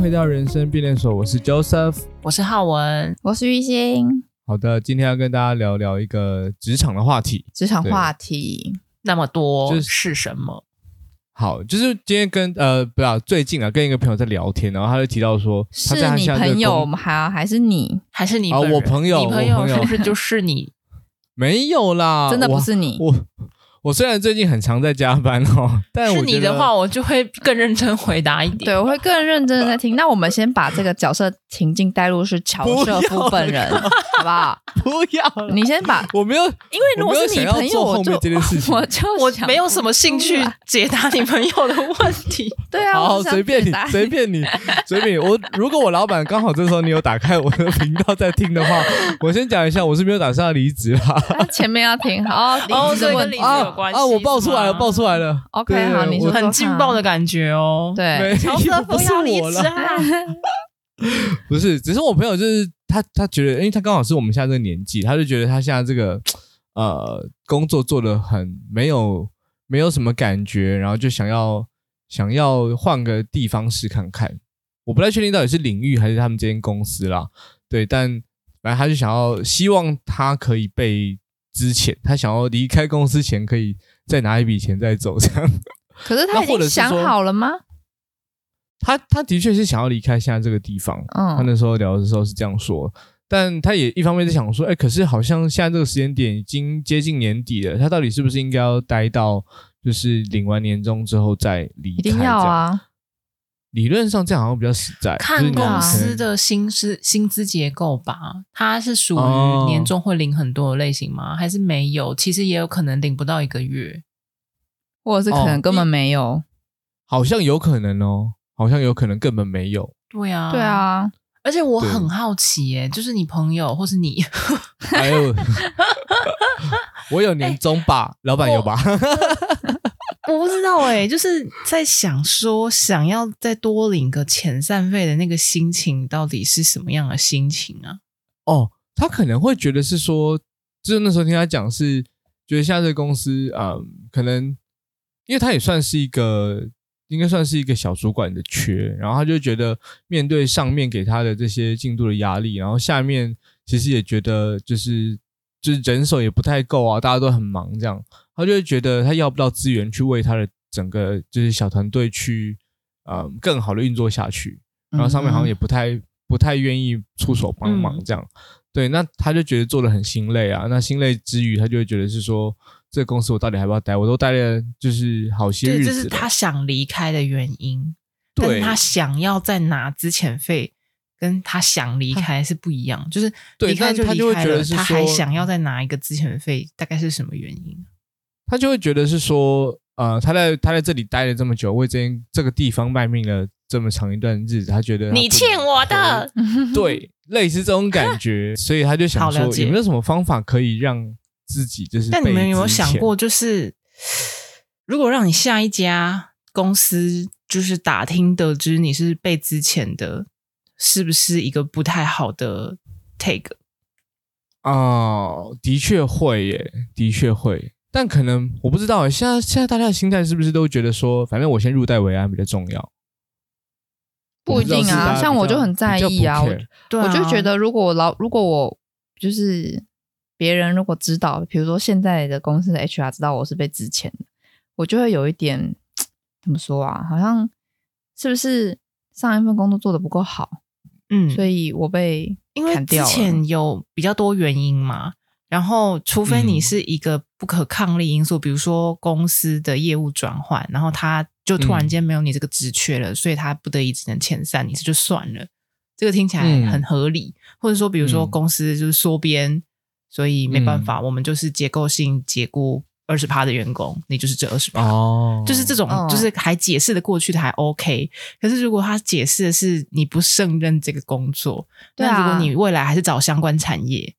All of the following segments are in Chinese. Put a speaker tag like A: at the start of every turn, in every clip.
A: 回到人生变电所，我是 Joseph。
B: 我是浩文，
C: 我是玉兴，
A: 好的，今天要跟大家聊聊一个职场的话题。
C: 职场
A: 对
C: 话题，
B: 那么多
A: 就是
B: 是什么？
A: 好，就是今天跟呃，不要最近啊，跟一个朋友在聊天，然后他就提到说，他在
C: 是
A: 他
C: 你
A: 现在这
C: 朋
A: 个
C: 友
A: 工
C: 吗？还还是你？
B: 还是你
A: 啊
B: 本
A: 我
B: 人
A: 朋友
B: 你朋
A: 我
B: 友
A: 朋友
B: 是不是就是你？
A: 没有啦，
C: 真的
A: 啊我
C: 不是你？
A: 我。 我虽然最近很常在加班哦， 但我觉
B: 是你
A: 得
B: 的话，我就会更认真回答一点。
C: 对，我会更认真的在听。那我们先把这个角色情境带入是乔
A: 不
C: 瑟
A: 要
C: 夫本人，好 不好？
A: 不要了，
C: 你先把，
A: 我没有，
C: 因为如果是
A: 我
C: 你
A: 没有想要
C: 朋友，
A: 做
C: 我
A: 后面
C: 就
A: 这件事情
C: 我就
B: 我
C: 想
B: 没有什么兴趣解答你朋友的问题。
C: 对啊，
A: 好
C: 我是想
A: 随便
C: 解
A: 你
C: 答，
A: 随 便你， 随便你。我如果我老板刚好这时候你有打开我的频道在听的 话，我先讲一下，我是没有打算要离职啦。
C: 啊前面要听好，
B: 哦
C: 哦，
B: 对
C: 这问
B: 跟离
C: 哦
B: 职
A: 啊
B: 有关系
A: 啊！我爆
B: 是
A: 出来了，
B: 吗
A: 爆出来了。
C: OK，
A: 对
C: 好你
A: 我
C: 说
B: 很劲爆的感觉哦。，
C: 对，
A: 没
B: 乔
A: 有，
B: 瑟
A: 不
B: 夫
A: 是
B: 要离
A: 我
B: 职
A: 啦，
B: 啊！
A: 不是，只是我朋友就是他，他觉得，因为他刚好是我们现在这个年纪，他就觉得他现在这个呃工作做的很没有没有什么感觉，然后就想要想要换个地方试看看。我不太确定到底是领域还是他们这间公司啦，对，但反正他就想要希望他可以被之前他想要离开公司前可以再拿一笔钱再走这样。
C: 可是
A: 那
C: 他已
A: 或者
C: 经
A: 是
C: 想
A: 说
C: 好了吗？
A: 他他的确是想要离开现在这个地方，他
C: 嗯，
A: 那时候聊的时候是这样说，但他也一方面是想说，哎、可是好像现在这个时间点已经接近年底了，他到底是不是应该要待到就是领完年终之后再离开？
C: 一定要！啊，
A: 理论上这样好像比较实在，就是
B: 看
A: 你可能
B: 公司的薪资薪资结构吧，它是属
A: 哦
B: 于年终会领很多的类型吗？还是没有？其实也有可能领不到一个月。
C: 或者是可
A: 哦
C: 能根本没有。
A: 好像有可能哦，好像有可能根本没有。
B: 对啊，
C: 对，啊，
B: 而且我
A: 对
B: 很好奇耶、就是你朋友或是你，
A: 还 有，我有年终吧，老板有吧？
B: 我不知道哎、 就是在想说，想要再多领个遣散费的那个心情，到底是什么样的心情啊？
A: 哦，他可能会觉得是说，就是那时候听他讲是觉得现在这个公司，嗯，可能因为他也算是一个，应该算是一个小主管的缺，然后他就觉得面对上面给他的这些进度的压力，然后下面其实也觉得就是就是人手也不太够啊，大家都很忙这样，他就会觉得他要不到资源去为他的整个就是小团队去，嗯，更好的运作下去。然后上面好
B: 嗯
A: 像也不太、不太愿意出手帮忙这样。对，那他就觉得做的很心累啊。那心累之余，他就会觉得是说，这个公司我到底还要不要待？我都待了就是好些
B: 对，
A: 日
B: 这
A: 子了。
B: 是他想离开的原因，但
A: 对
B: 是他想要再拿之前费，跟他想离开是不一样，就是
A: 对
B: 离开
A: 但他就
B: 离
A: 会
B: 开
A: 觉得
B: 了，
A: 是
B: 他还
A: 说
B: 想要再拿一个之前费，大概是什么原因？
A: 他就会觉得是说，呃，他在他在这里待了这么久，为这间这个地方卖命了这么长一段日子，他觉得他
B: 你
A: 不
B: 欠
A: 能
B: 我的
A: 回， 对，类似这种感觉，所以他就想
B: 好
A: 说
B: 了，解
A: 有没有什么方法可以让自己就是
B: 但你
A: 被
B: 们有没有
A: 之
B: 想
A: 前
B: 过，就是如果让你下一家公司就是打听得知你是被之前的，是不是一个不太好的 take？
A: 哦，的确会耶，的确会。但可能我不知道耶，现在现在大家的心态是不是都觉得说，反正我先入袋为安比较重要？
C: 不一定啊，像我就很在意啊，我
B: 对
C: 我就觉得，如果我老如果我就是别人如果知道，比如说现在的公司的 HR 知道我是被之前的，我就会有一点怎么说啊，好像是不是上一份工作做的不够好，
B: 嗯，
C: 所以我被
B: 因为
C: 砍
B: 之
C: 掉了
B: 前有比较多原因嘛，然后除非你
A: 嗯
B: 是一个不可抗力因素，比如说公司的业务转换，然后他就突然间没有你这个职缺了，所以他不得已只能遣散你，这就算了。这个听起来
A: 嗯
B: 很合理，或者说比如说
A: 嗯
B: 公司就是缩编，所以没办法，我们就是结构性解雇二十趴的员工，你就是这二十趴。
A: 哦，
B: 就是这种，
C: 哦
B: 就是还解释的过去的还 OK。可是如果他解释的是你不胜任这个工作，
C: 对啊
B: 那如果你未来还是找相关产业，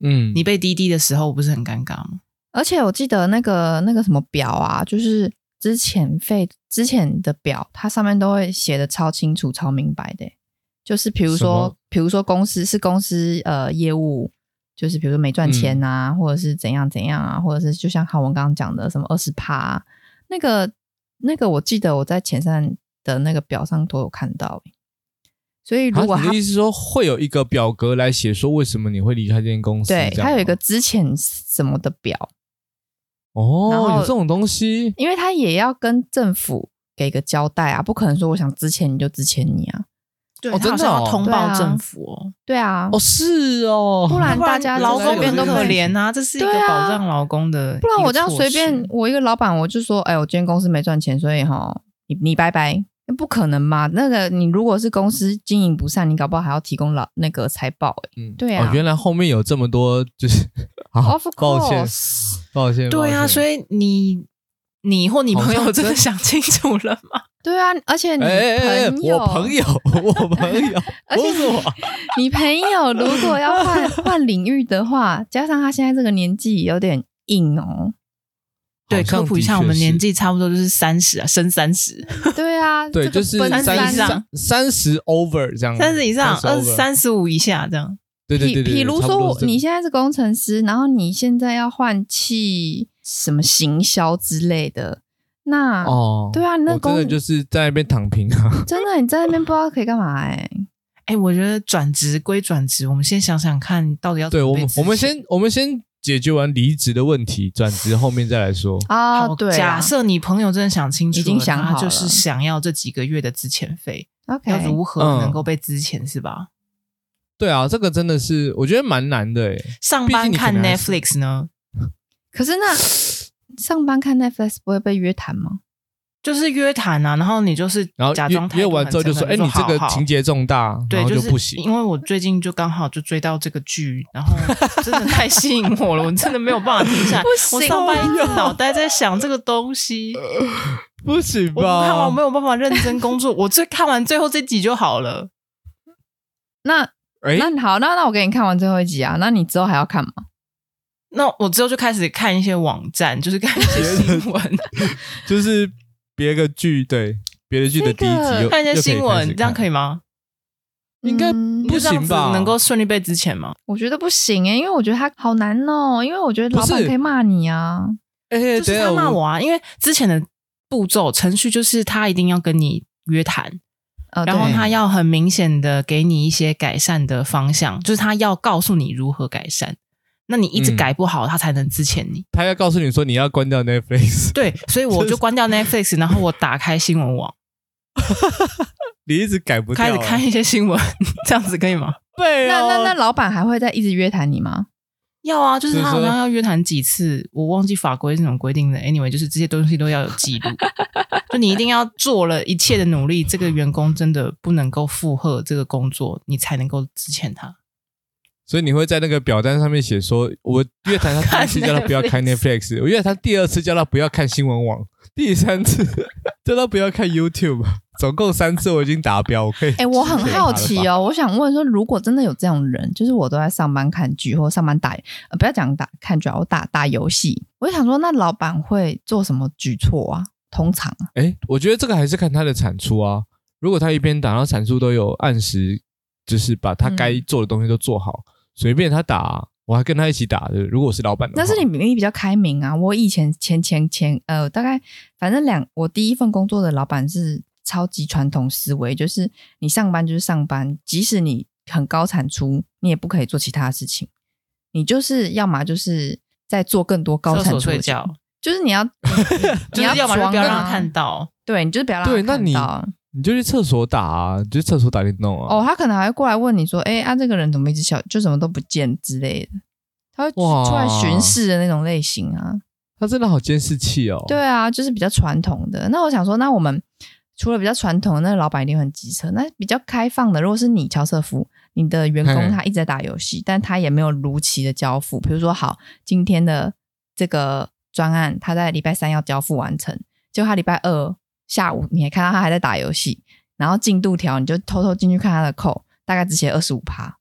A: 嗯，
B: 你被滴滴的时候不是很尴尬吗？
C: 而且我记得那个那个什么表啊，就是之前费之前的表，它上面都会写的超清楚、超明白的欸。就是比如
A: 什么
C: 说，比如说公司是公司呃业务，就是比如说没赚钱
A: 嗯
C: 啊，或者是怎样怎样啊，或者是就像浩文刚刚讲的什么二十趴，啊那个那个我记得我在前三的那个表上都有看到欸，所以如果
A: 啊、你
C: 他
A: 的意思是说会有一个表格来写说为什么你会离开这间公司？
C: 对
A: 这样吗
C: 他有一个之前什么的表，然
A: 哦，
C: 后
A: 有这种东西
C: 因为他也要跟政府给个交代啊，不可能说我想之前你就之前你啊，
B: 对
A: 哦
B: 他好
A: 真的
B: 像
A: 哦
B: 要通
C: 对
B: 报
C: 啊
B: 政府哦，
C: 对啊，
A: 哦，是哦，
C: 不然大家
B: 劳
A: 都在
B: 工变
A: 有
B: 多
A: 这个
B: 可
A: 问题
B: 怜啊，这是一个
C: 对啊
B: 保障劳工的一个措施，
C: 不然我这样随便我一个老板我就说，哎，我今天公司没赚钱，所以哈，你你拜拜。那不可能嘛？那个你如果是公司经营不善，你搞不好还要提供老那个财报、欸。
A: 嗯
C: 对啊
A: 哦，原来后面有这么多，就是好
C: Of
A: 抱歉
C: course，
A: 抱歉，
B: 对啊，所
A: 以
B: 以你你或你
A: 好
B: 朋
A: 像
B: 友真的
A: 真
B: 想清楚了 吗？
C: 对啊，而且你
A: 哎
C: 朋
A: 哎哎，哎
C: 友，
A: 我朋友，我朋友，
C: 而且
A: 不是我，
C: 你朋友如果要 换换领域的话，加上他现在这个年纪有点硬哦。
B: 对，
A: 好像
B: 科普一
A: 的
B: 下，
A: 确
B: 我们年
A: 是。
B: 纪差不多就是三十啊，升三十，
C: 对啊，
A: 对，
C: 这个
A: 就是
C: 奔
A: 三
B: 30以
C: 三啊
B: 上
A: 三三十 over 这样，
B: 三十以上，
A: 30
B: 二
A: 嗯 over
B: 三十五以下这样。
A: 对对对对，
C: 比比如
A: 差不
C: 说
A: 多
C: 我
A: 是，这
C: 你
A: 样
C: 现在是工程师，然后你现在要换气什么行销之类的，那、
A: 哦，
C: 对啊，那
A: 我真
C: 工
A: 的就是在那边躺平 啊，
C: 真的你在那边不知道可以干嘛 哎、
B: 哎，我觉得转职归转职，我们先想想看到底要怎
A: 对
B: 么
A: 我
B: 被
A: 们
B: 支持
A: 我们先我们先解决完离职的问题，转职后面再来 说。
C: 啊，
B: 好
C: 对啊，
B: 假设你朋友真的想清楚了，
C: 已经想好
B: 他就
C: 了
B: 是想要这几个月的资遣费，
C: OK，
B: 要如何
A: 嗯
B: 能够被资遣是吧？
A: 对啊，这个真的是我觉得蛮难的欸诶。
B: 上
A: 毕
B: 班
A: 竟你
B: 看
A: 可能还是
B: Netflix 呢，
C: 可是 那上班看 Netflix 不会被约谈吗？
B: 就是约谈啊，然后你就是
A: 然后
B: 假装态
A: 约约
B: 度
A: 完
B: 很
A: 之后就
B: 诚
A: 说：“
B: 恳
A: 哎，你这个
B: 好好
A: 情节重大，然
B: 对，
A: 后
B: 就是
A: 不行。
B: 因为我最近就刚好就追到这个剧，然后真的太吸引我了，我真的没有办法停下来。
C: 不
B: 我
C: 行
B: 上班一直
C: 啊
B: 脑袋在想这个东
A: 呃
B: 西，
A: 不行
B: 我不看完我没
A: 吧？
B: 有办法认真工作，我最看完最后这集就好了。
C: 那
A: 哎，
C: 那好，那那我给你看完最后一集啊，那你之后还要看吗？
B: 那我之后就开始看一些网站，就是看一些新闻，
A: 就是别个剧对别的剧的第一
C: 这
A: 集
C: 个
A: 又，
B: 看一些
A: 又可以
B: 新
A: 开始
B: 闻，这样可
A: 看
B: 以吗？
A: 应该
C: 嗯
A: 不
B: 就这样
A: 行
B: 子
A: 吧
B: 能够顺利被之前吗？
C: 我觉得不行哎、因为我觉得他好难哦、因为我觉得老
A: 不
C: 板
A: 是
C: 可以骂你啊。
A: 哎，
B: 就是
A: 等一
B: 他
A: 下
B: 骂我啊，因为之前的步骤程序就是他一定要跟你约谈，
A: 哦
C: 呃，
B: 然后
C: 对
B: 他要很明显的给你一些改善的方向，就是他要告诉你如何改善。那你一直
A: 嗯
B: 改不好，他才能之前你。
A: 他要告诉你说你要关掉 Netflix，
B: 对，所以我就关掉 Netflix，然后我打开新闻网，
A: 你一直改不掉
B: 开
A: 啊，
B: 始看一些新闻， 这样子可以吗？
A: 对
C: 那
A: 哦
C: 那那老板还会再一直约谈你吗？
B: 要啊，就是他
A: 所以
B: 好
A: 说
B: 像要约谈几次，我忘记法规是怎么规定的。Anyway，就是这些东西都要有记 录，就你一定要做了一切的努力，这个员工真的不能够负荷这个工作，你才能够支遣他。
A: 所以你会在那个表单上面写说，我约谈他第一次叫他不要 开 Netflix，我约谈他第二次叫他不要看新闻网，第三次 叫他不要看 YouTube，总共三次我已经达标，我可以。
C: 哎、我很好奇哦，我想问说，如果真的有这种人，就是我都在上班看剧或上班打，呃、不要讲打看剧啊，我打打游戏，我就想说，那老板会做什么举措啊？通常啊，
A: 哎、我觉得这个还是看他的产出啊。如果他一边打，然后产出都有按时，就是把他该做的东西都做好，随、便他打，我还跟他一起打的。如果我是老板的话，
C: 但是你你比较开明啊。我以前前前前呃，大概反正两我第一份工作的老板是超级传统思维，就是你上班就是上班，即使你很高产出，你也不可以做其他的事情，你就是要么就是在做更多高
B: 厕
C: 产
B: 所
C: 出的
B: 睡
C: 事情
B: 觉，
C: 就是 你要，
B: 就是
C: 你
B: 要么就
C: 装
B: 不要让
C: 啊
B: 他看，到。
C: 对，你就是不要让他
A: 对那
C: 看
A: 你
C: 到。
A: 你就去厕所打啊，你就去厕所打电动啊。
C: 哦，他可能还会过来问你说，哎、啊，这个人怎么一直笑，就什么都不见之类的，他会
A: 哇
C: 出来巡视的那种类型啊。
A: 他真的好监视器哦。
C: 对啊，就是比较传统的。那我想说，那我们除了比较传统的，那个老板一定很机车。那比较开放的，如果是你乔瑟夫，你的员工
A: 嘿
C: 他一直在打游戏，但他也没有如期的交付。比如说，好，今天的这个专案，他在礼拜三要交付完成，结果他礼拜二下午你还看到他还在打游戏，然后进度条你就偷偷进去看他的扣，大概只写二十五趴，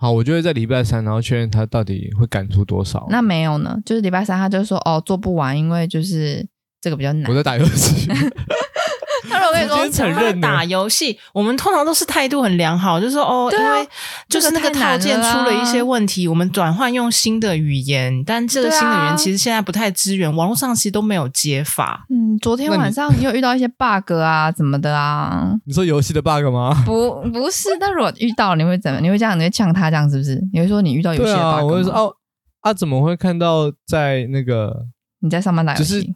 A: 好，我就会在礼拜三，然后确认他到底会赶出多少。
C: 那没有呢，就是礼拜三他就说哦做不完，因为就是这个比较难
A: 我。在打游戏，
C: 他如果跟你
A: 直接
C: 说
A: 承认呢
B: 打游戏，我们通常都是态度很良好，就说哦，
C: 对
B: 因
C: 啊
B: 为就是那个
C: 这个太难
B: 套件
C: 了
B: 出
C: 啊
B: 了一些问题，我们转换用新的语言，但这个
C: 对啊
B: 新的语言其实现在不太支援，网络上其实都没有解法。
C: 嗯，昨天
A: 那你
C: 晚上你有遇到一些 bug 啊，怎么的啊？
A: 你说游戏的 bug 吗？
C: 不，不是。但如果遇到，你会怎么？你会这样？你会呛他这样是不是？你会说你遇到游戏
A: 对
C: 的 bug？、
A: 啊，我会说，哦啊，怎么会看到在那个，
C: 你在上班打呃
A: 就
C: 游戏，
A: 是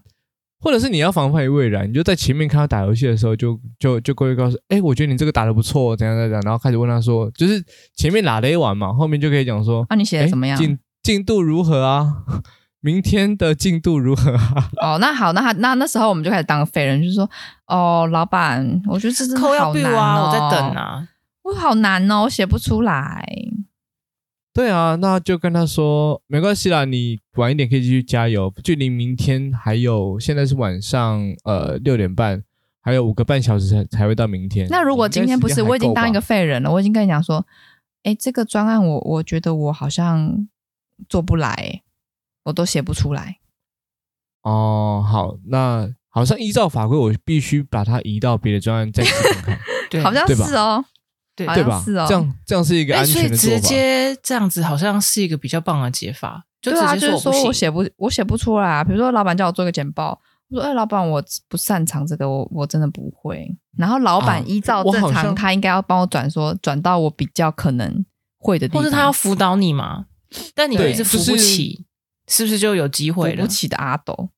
A: 或者是你要防范于未然，你就在前面看到打游戏的时候就，就就过去告诉，哎，我觉得你这个打的不错，怎样怎样，然后开始问他说，就是前面打了一碗嘛，后面就可以讲说，
C: 啊，你写
A: 哎，
C: 的怎么样？
A: 进进度如何啊？明天的进度如何啊？
C: 哦，那好，那他那那时候我们就开始当个废人，就是说，哦，老板，我觉得这真的
B: 扣要
C: 好
B: 必
C: 难
B: 啊，
C: 哦，
B: 我在等，啊。
C: 我好难哦，我写不出来。
A: 对啊，那就跟他说没关系啦，你晚一点可以继续加油，距离明天还有现在是晚上呃六点半，还有五个半小时才才会到明天。
C: 那如果今天不
A: 应该
C: 是，
A: 时间还
C: 我已经
A: 够吧
C: 当一个废人了，我已经跟你讲说，哎，这个专案我我觉得我好像做不来，我都写不出来。
A: 哦，好，那好像依照法规，我必须把它移到别的专案再试看 看，
B: 对，
C: 好像
A: 对吧
C: 是哦，
B: 对
C: 好
A: 对
C: 像
A: 吧？
C: 是哦
A: 这样这样是一个
B: 哎
A: 安
B: 所以
A: 全的做
B: 直
A: 法。
B: 接这样子好像是一个比较棒的解法，就
C: 对啊，
B: 直接
C: 就是
B: 我
C: 说
B: 不
C: 我
B: 行。
C: 写不我写不出来啊。比如说老板叫我做个简报，我说哎，老板我不擅长这个，我我真的不会。然后老
A: 啊
C: 板依照
A: 我好
C: 正
A: 像
C: 常，他应该要帮我转说转到我比较可能会的地
B: 或是
C: 方，
B: 他要辅导你嘛，但你
A: 对
B: 一直扶
A: 就是
B: 不起，是不是就有机会
C: 扶
B: 了
C: 不？起的阿斗。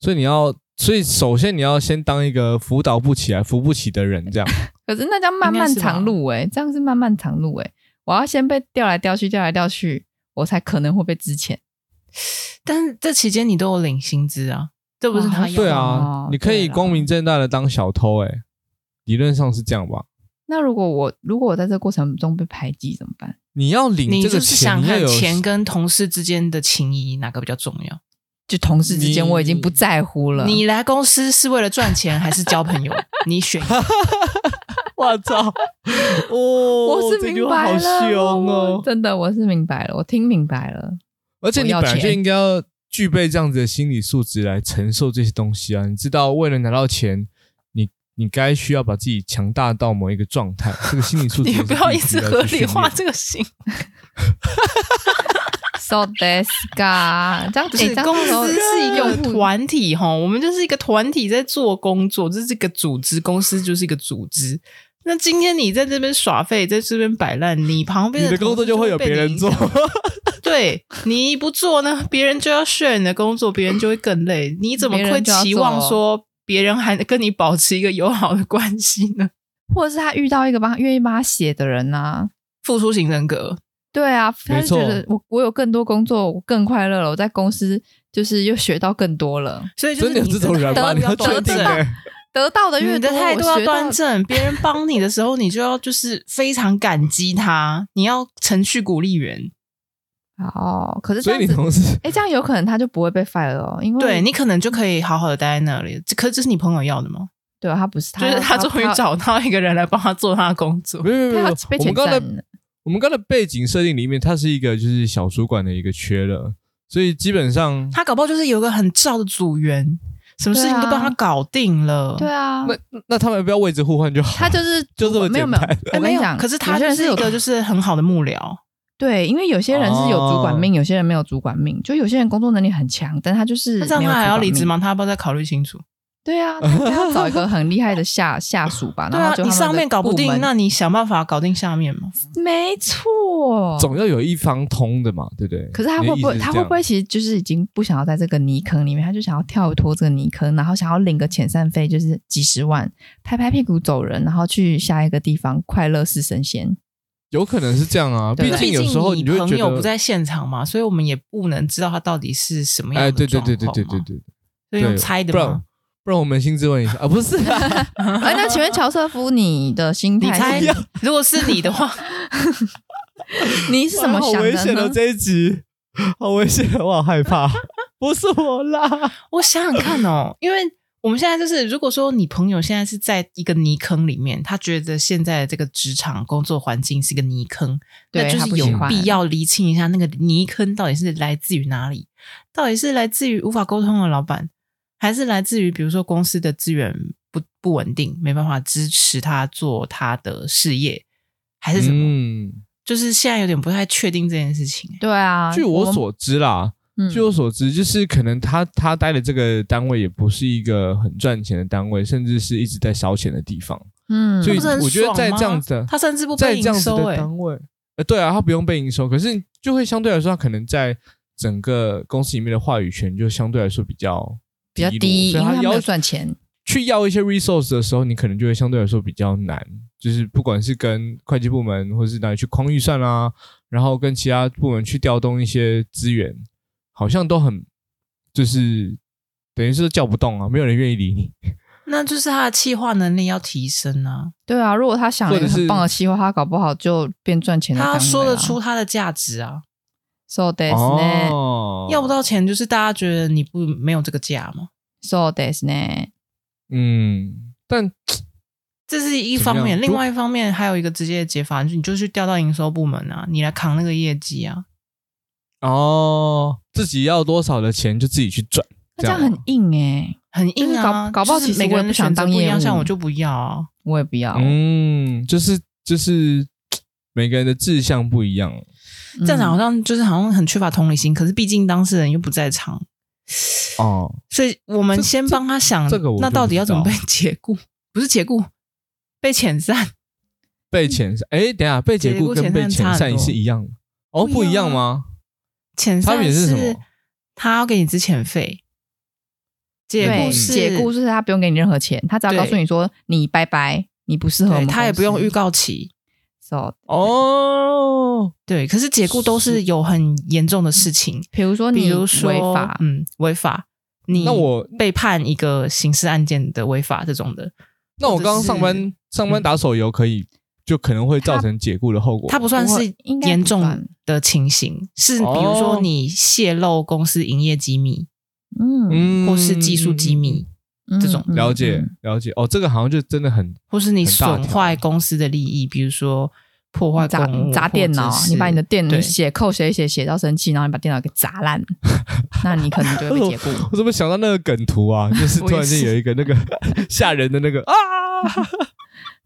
A: 所以你要，所以首先你要先当一个辅导不起来、扶不起的人，这样。
C: 可是那叫漫
B: 应该
C: 漫
B: 是吧
C: 长路哎、这样是漫漫长路哎、我要先被调来调去，调来调去，我才可能会被支遣。
B: 但是这期间你都有领薪资啊，这不是
C: 哦
B: 他
C: 好
B: 要
A: 对
B: 的吗
A: 啊
C: 哦，
A: 你可以
C: 对啦
A: 光明正大的当小偷、欸，理论上是这样吧？
C: 那如果我如果我在这过程中被排挤怎么办？
A: 你要领
B: 你
A: 这
B: 就
A: 个钱，
B: 是想
A: 你要
B: 看
A: 有
B: 钱跟同事之间的情谊哪个比较重要？
C: 就同事之间
A: 你
C: 我已经不在乎了。
B: 你来公司是为了赚钱还是交 朋友？你选一个。
A: 我 操！哦，
C: 我是
A: 这
C: 明
A: 句话
C: 白
A: 好
C: 了，
A: 凶
C: 我
A: 哦
C: 我！真的我是明白了，我听明白了。
A: 而且你
C: 我要
A: 本来就
C: 钱
A: 应该要具备这样子的心理素质来承受这些东西啊！你知道，为了拿到钱，你你该需要把自己强大到某一个状态，这个心理素质
B: 你
A: 是
B: 不要
A: 必
B: 一
A: 须
B: 直
A: 要
B: 合
A: 去
B: 理
A: 训
B: 化
A: 练
B: 这个行，
C: So this guy，这 样
B: 就
C: 诶
B: 是
C: 这样
B: 公
C: 子哦
B: 司是一个
C: 用户
B: 团体哈，我们就是一个团体在做工作，这是一个组织，公司就是一个组织。那今天你在这边耍废，在这边摆烂，你旁边
A: 你的
B: 同
A: 工作
B: 事
A: 就会有
B: 被
A: 别人
B: 你
A: 做
B: 影。响对你不做呢，别人就要 share 你的工作，别人就会更累。你怎么
C: 别人
B: 会
C: 就要
B: 期
C: 做
B: 望
C: 哦
B: 说别人还跟你保持一个友好的关系呢？
C: 或者是他遇到一个帮愿意帮他写的人啊，
B: 付出型人格，
C: 对啊，他
A: 没
C: 就
A: 错
C: 觉得我我有更多工作，我更快乐了，我在公司就是又学到更多了，
B: 所以就
A: 真
B: 是
A: 的有
B: 你
A: 这种
B: 的
A: 人
B: 态
A: 吗？
B: 度
A: 你要
B: 要
A: 确
B: 端
A: 定
B: 正
A: 欸
C: 得到的越
B: 你的
C: 多，
B: 态度
C: 我
B: 要
C: 学到
B: 端。正，别人帮你的时候，你就要就是非常感激他，你要程序鼓励人。
C: 哦，可是这
A: 所以
C: 样
A: 你
C: 子，
A: 同事
C: 哎，这样有可能他就不会被 fire 哦，因为
B: 对你可能就可以好好的待在那里。这可是这是你朋友要的吗？
C: 对啊他不是他，
B: 就是他终于
C: 他
B: 找到一个人来帮他做他的工作
A: 没。有没有没
C: 他
A: 有，
C: 要被
A: 我们
C: 遣
A: 刚才
C: 散了，
A: 我们刚才背景设定里面，它是一个就是小主管的一个缺了，所以基本上
B: 他搞不好就是有一个很照的组员，什么事情都帮他搞定了。
C: 对啊，
A: 那那他们不要位置互换就好，
C: 他就是
A: 就这么
C: 没有
A: 简
C: 啊
A: 单。，
C: 没有
B: 哎
C: 我跟
B: 没
C: 你
B: 有
C: 讲，
B: 可是他
C: 有些
B: 就
C: 人
B: 是
C: 有
B: 一个就是很好的幕僚，
C: 对，因为有些人是有主管
A: 哦
C: 命，有些人没有主管命。就有些人工作能力很强，但他就是
B: 那这样
C: 没有
B: 他还
C: 主
B: 要
C: 管
B: 离职
C: 命？
B: 吗？他要不要再考虑清楚？
C: 对啊，他应该要找一个很厉害的下下属 吧。
B: 对
C: 然
B: 啊
C: 后，就
B: 你
C: 他们的
B: 上面搞不
C: 部
B: 定，
C: 门
B: 那你想办法搞定下面嘛。
C: 没错。
A: 总要有一方通的嘛，对不对？
C: 可是他
A: 你
C: 会
A: 的
C: 不会
A: 意思是
C: 他
A: 这
C: 会
A: 样
C: 不会其实就是已经不想要在这个泥坑里面，他就想要跳脱这个泥坑，然后想要领个遣散费，就是几十万，拍拍屁股走人，然后去下一个地方快乐是神仙。
A: 有可能是这样啊？
C: 对
A: 毕
B: 那
A: 竟有时候
B: 你
A: 你就会
B: 朋
A: 觉
B: 友不
A: 得，哎
B: 在现场嘛，所以我们也不能知道他到底是什么样
A: 哎，
B: 的
A: 对对对对
B: 状
A: 对
B: 况
A: 对对
B: 嘛，所
C: 啊
B: 以
A: 对
B: 用猜的
A: 不然
B: 嘛。
A: 不然我们先质问一下啊，不是 啊
C: 哎，那请问乔瑟夫，你的心
B: 你
C: 态
B: 猜
C: 是，
B: 如果是你的话，
C: 你 是怎么
A: 好
C: 想
A: 危险
C: 的
A: 的
C: 呢？
A: 这一集，好危险，我好害 怕，不是我啦。
B: 我想想看哦，因为我们现在就是，如果说你朋友现在是在一个泥坑里面，他觉得现在的这个职场工作环境是一个泥坑，
C: 对
B: 那就
C: 他
B: 是
C: 不
B: 有
C: 喜欢
B: 必要厘清一下那个泥坑到底是来自于哪里，到底是来自于无法沟通的老板，还是来自于比如说公司的资源不不稳定，没办法支持他做他的事业，还是什么？
A: 嗯，
B: 就是现在有点不太确定这件事情、欸
C: 对啊，
A: 据我所知啦，
C: 嗯
A: 据我所知，就是可能他他待的这个单位也不是一个很赚钱的单位，甚至是一直在烧钱的地方，
C: 嗯，
A: 所以
B: 不是很
A: 我觉得在
B: 爽吗
A: 这样子的，
B: 他甚至不
A: 在
B: 被
A: 这
B: 营
A: 样子
B: 收、
A: 的
B: 欸，
A: 单位，呃，对啊，他不用被营收，可是就会相对来说，他可能在整个公司里面的话语权就相对来说比较
C: 比较
A: 落
C: 低，因
A: 所以
C: 为
A: 他
C: 他没
A: 要
C: 有赚钱。
A: 去要一些 resource 的时候，你可能就会相对来说比较难，就是不管是跟会计部门，或是哪里去框预算啦、然后跟其他部门去调动一些资源，好像都很就是等于是叫不动啊，没有人愿意理你。
B: 那就是他的企划能力要提升啊，
C: 对啊，如果他想了一个
A: 或者是
C: 很棒的计划，他搞不好就变赚钱的单位啊。
B: 他说得出他的价值啊，
C: ，so this 呢
A: 哦
B: 要不到钱就是大家觉得你不没有这个价嘛，
C: ，so this 呢，
A: 嗯，但
B: 这是一
A: 怎么
B: 方面，
A: 样
B: 另
A: 如
B: 外一方面还有一个直接的解法，就是你就去调到营收部门啊，你来扛那个业绩啊，
A: 哦，自己要多少的钱就自己去赚，
C: 那这样
A: 吗
C: 很硬哎，
B: 很硬啊，
C: 就是搞搞不好
B: 就是
C: 其实每个人不想当
B: 每个人的选择不一样，
C: 业务
B: 像我就不要啊，
C: 我也不要。
A: 嗯，就是就是每个人的志向不一样，
B: 这样讲好
C: 嗯
B: 像就是好像很缺乏同理心，可是毕竟当事人又不在场，
A: 哦，
B: 所以我们先帮他想，
A: 这这个我就
B: 那到底要怎么
A: 不
B: 被
A: 知
B: 解雇？不是解雇，被遣散。
A: 被遣
B: 嗯
A: 散，哎，等一下被解雇跟被
B: 解雇
A: 遣
B: 遣散
A: 散是一样的，哦，
B: 不
A: 不
B: 一
A: 一
B: 样啊
A: 样吗？
B: 遣
A: 差
B: 散
A: 别是什么？
B: 他要给你之遣费，解
C: 对
B: 雇
A: 嗯
B: 是
C: 解雇，，就是他不用给你任何钱，他只要
B: 对
C: 告诉你说你拜拜，你不适合我
B: 对
C: 们，
B: 他也不用预。告期。
C: so，
A: 哦，
B: 对，可是解雇都是有很严重的事情，
C: 比如说
B: 比
C: 你
B: 如说
C: 违法，
B: 嗯，违法，你
A: 那我
B: 被判一个刑事案件的违法这种的，
A: 那我刚刚上
B: 或者嗯
A: 班上班打手游可以，就可能会造成解雇的后果。
B: 它不算
C: 不
B: 是
C: 会应该
B: 严
C: 不
B: 重
C: 算
B: 的情形，是比如
A: 哦
B: 说你泄露公司营业机密
C: 嗯，
A: 嗯
B: 或是技术机密，
C: 嗯
B: 这种
C: 嗯
A: 了解
C: 嗯
A: 了解哦，这个好像就真的很
B: 或是你
A: 很大
B: 损
A: 条
B: 坏公司的利益，比如说破坏
C: 嗯砸
B: 公物
C: 砸
B: 或
C: 电
B: 者
C: 脑，
B: 是
C: 你把你的电
B: 对
C: 脑写扣写一写写到生气，然后你把电脑给砸 烂，那你可能就会被解雇。
A: 我怎么想到那个梗图啊？就是 突然间有一个那个 吓人的那个啊，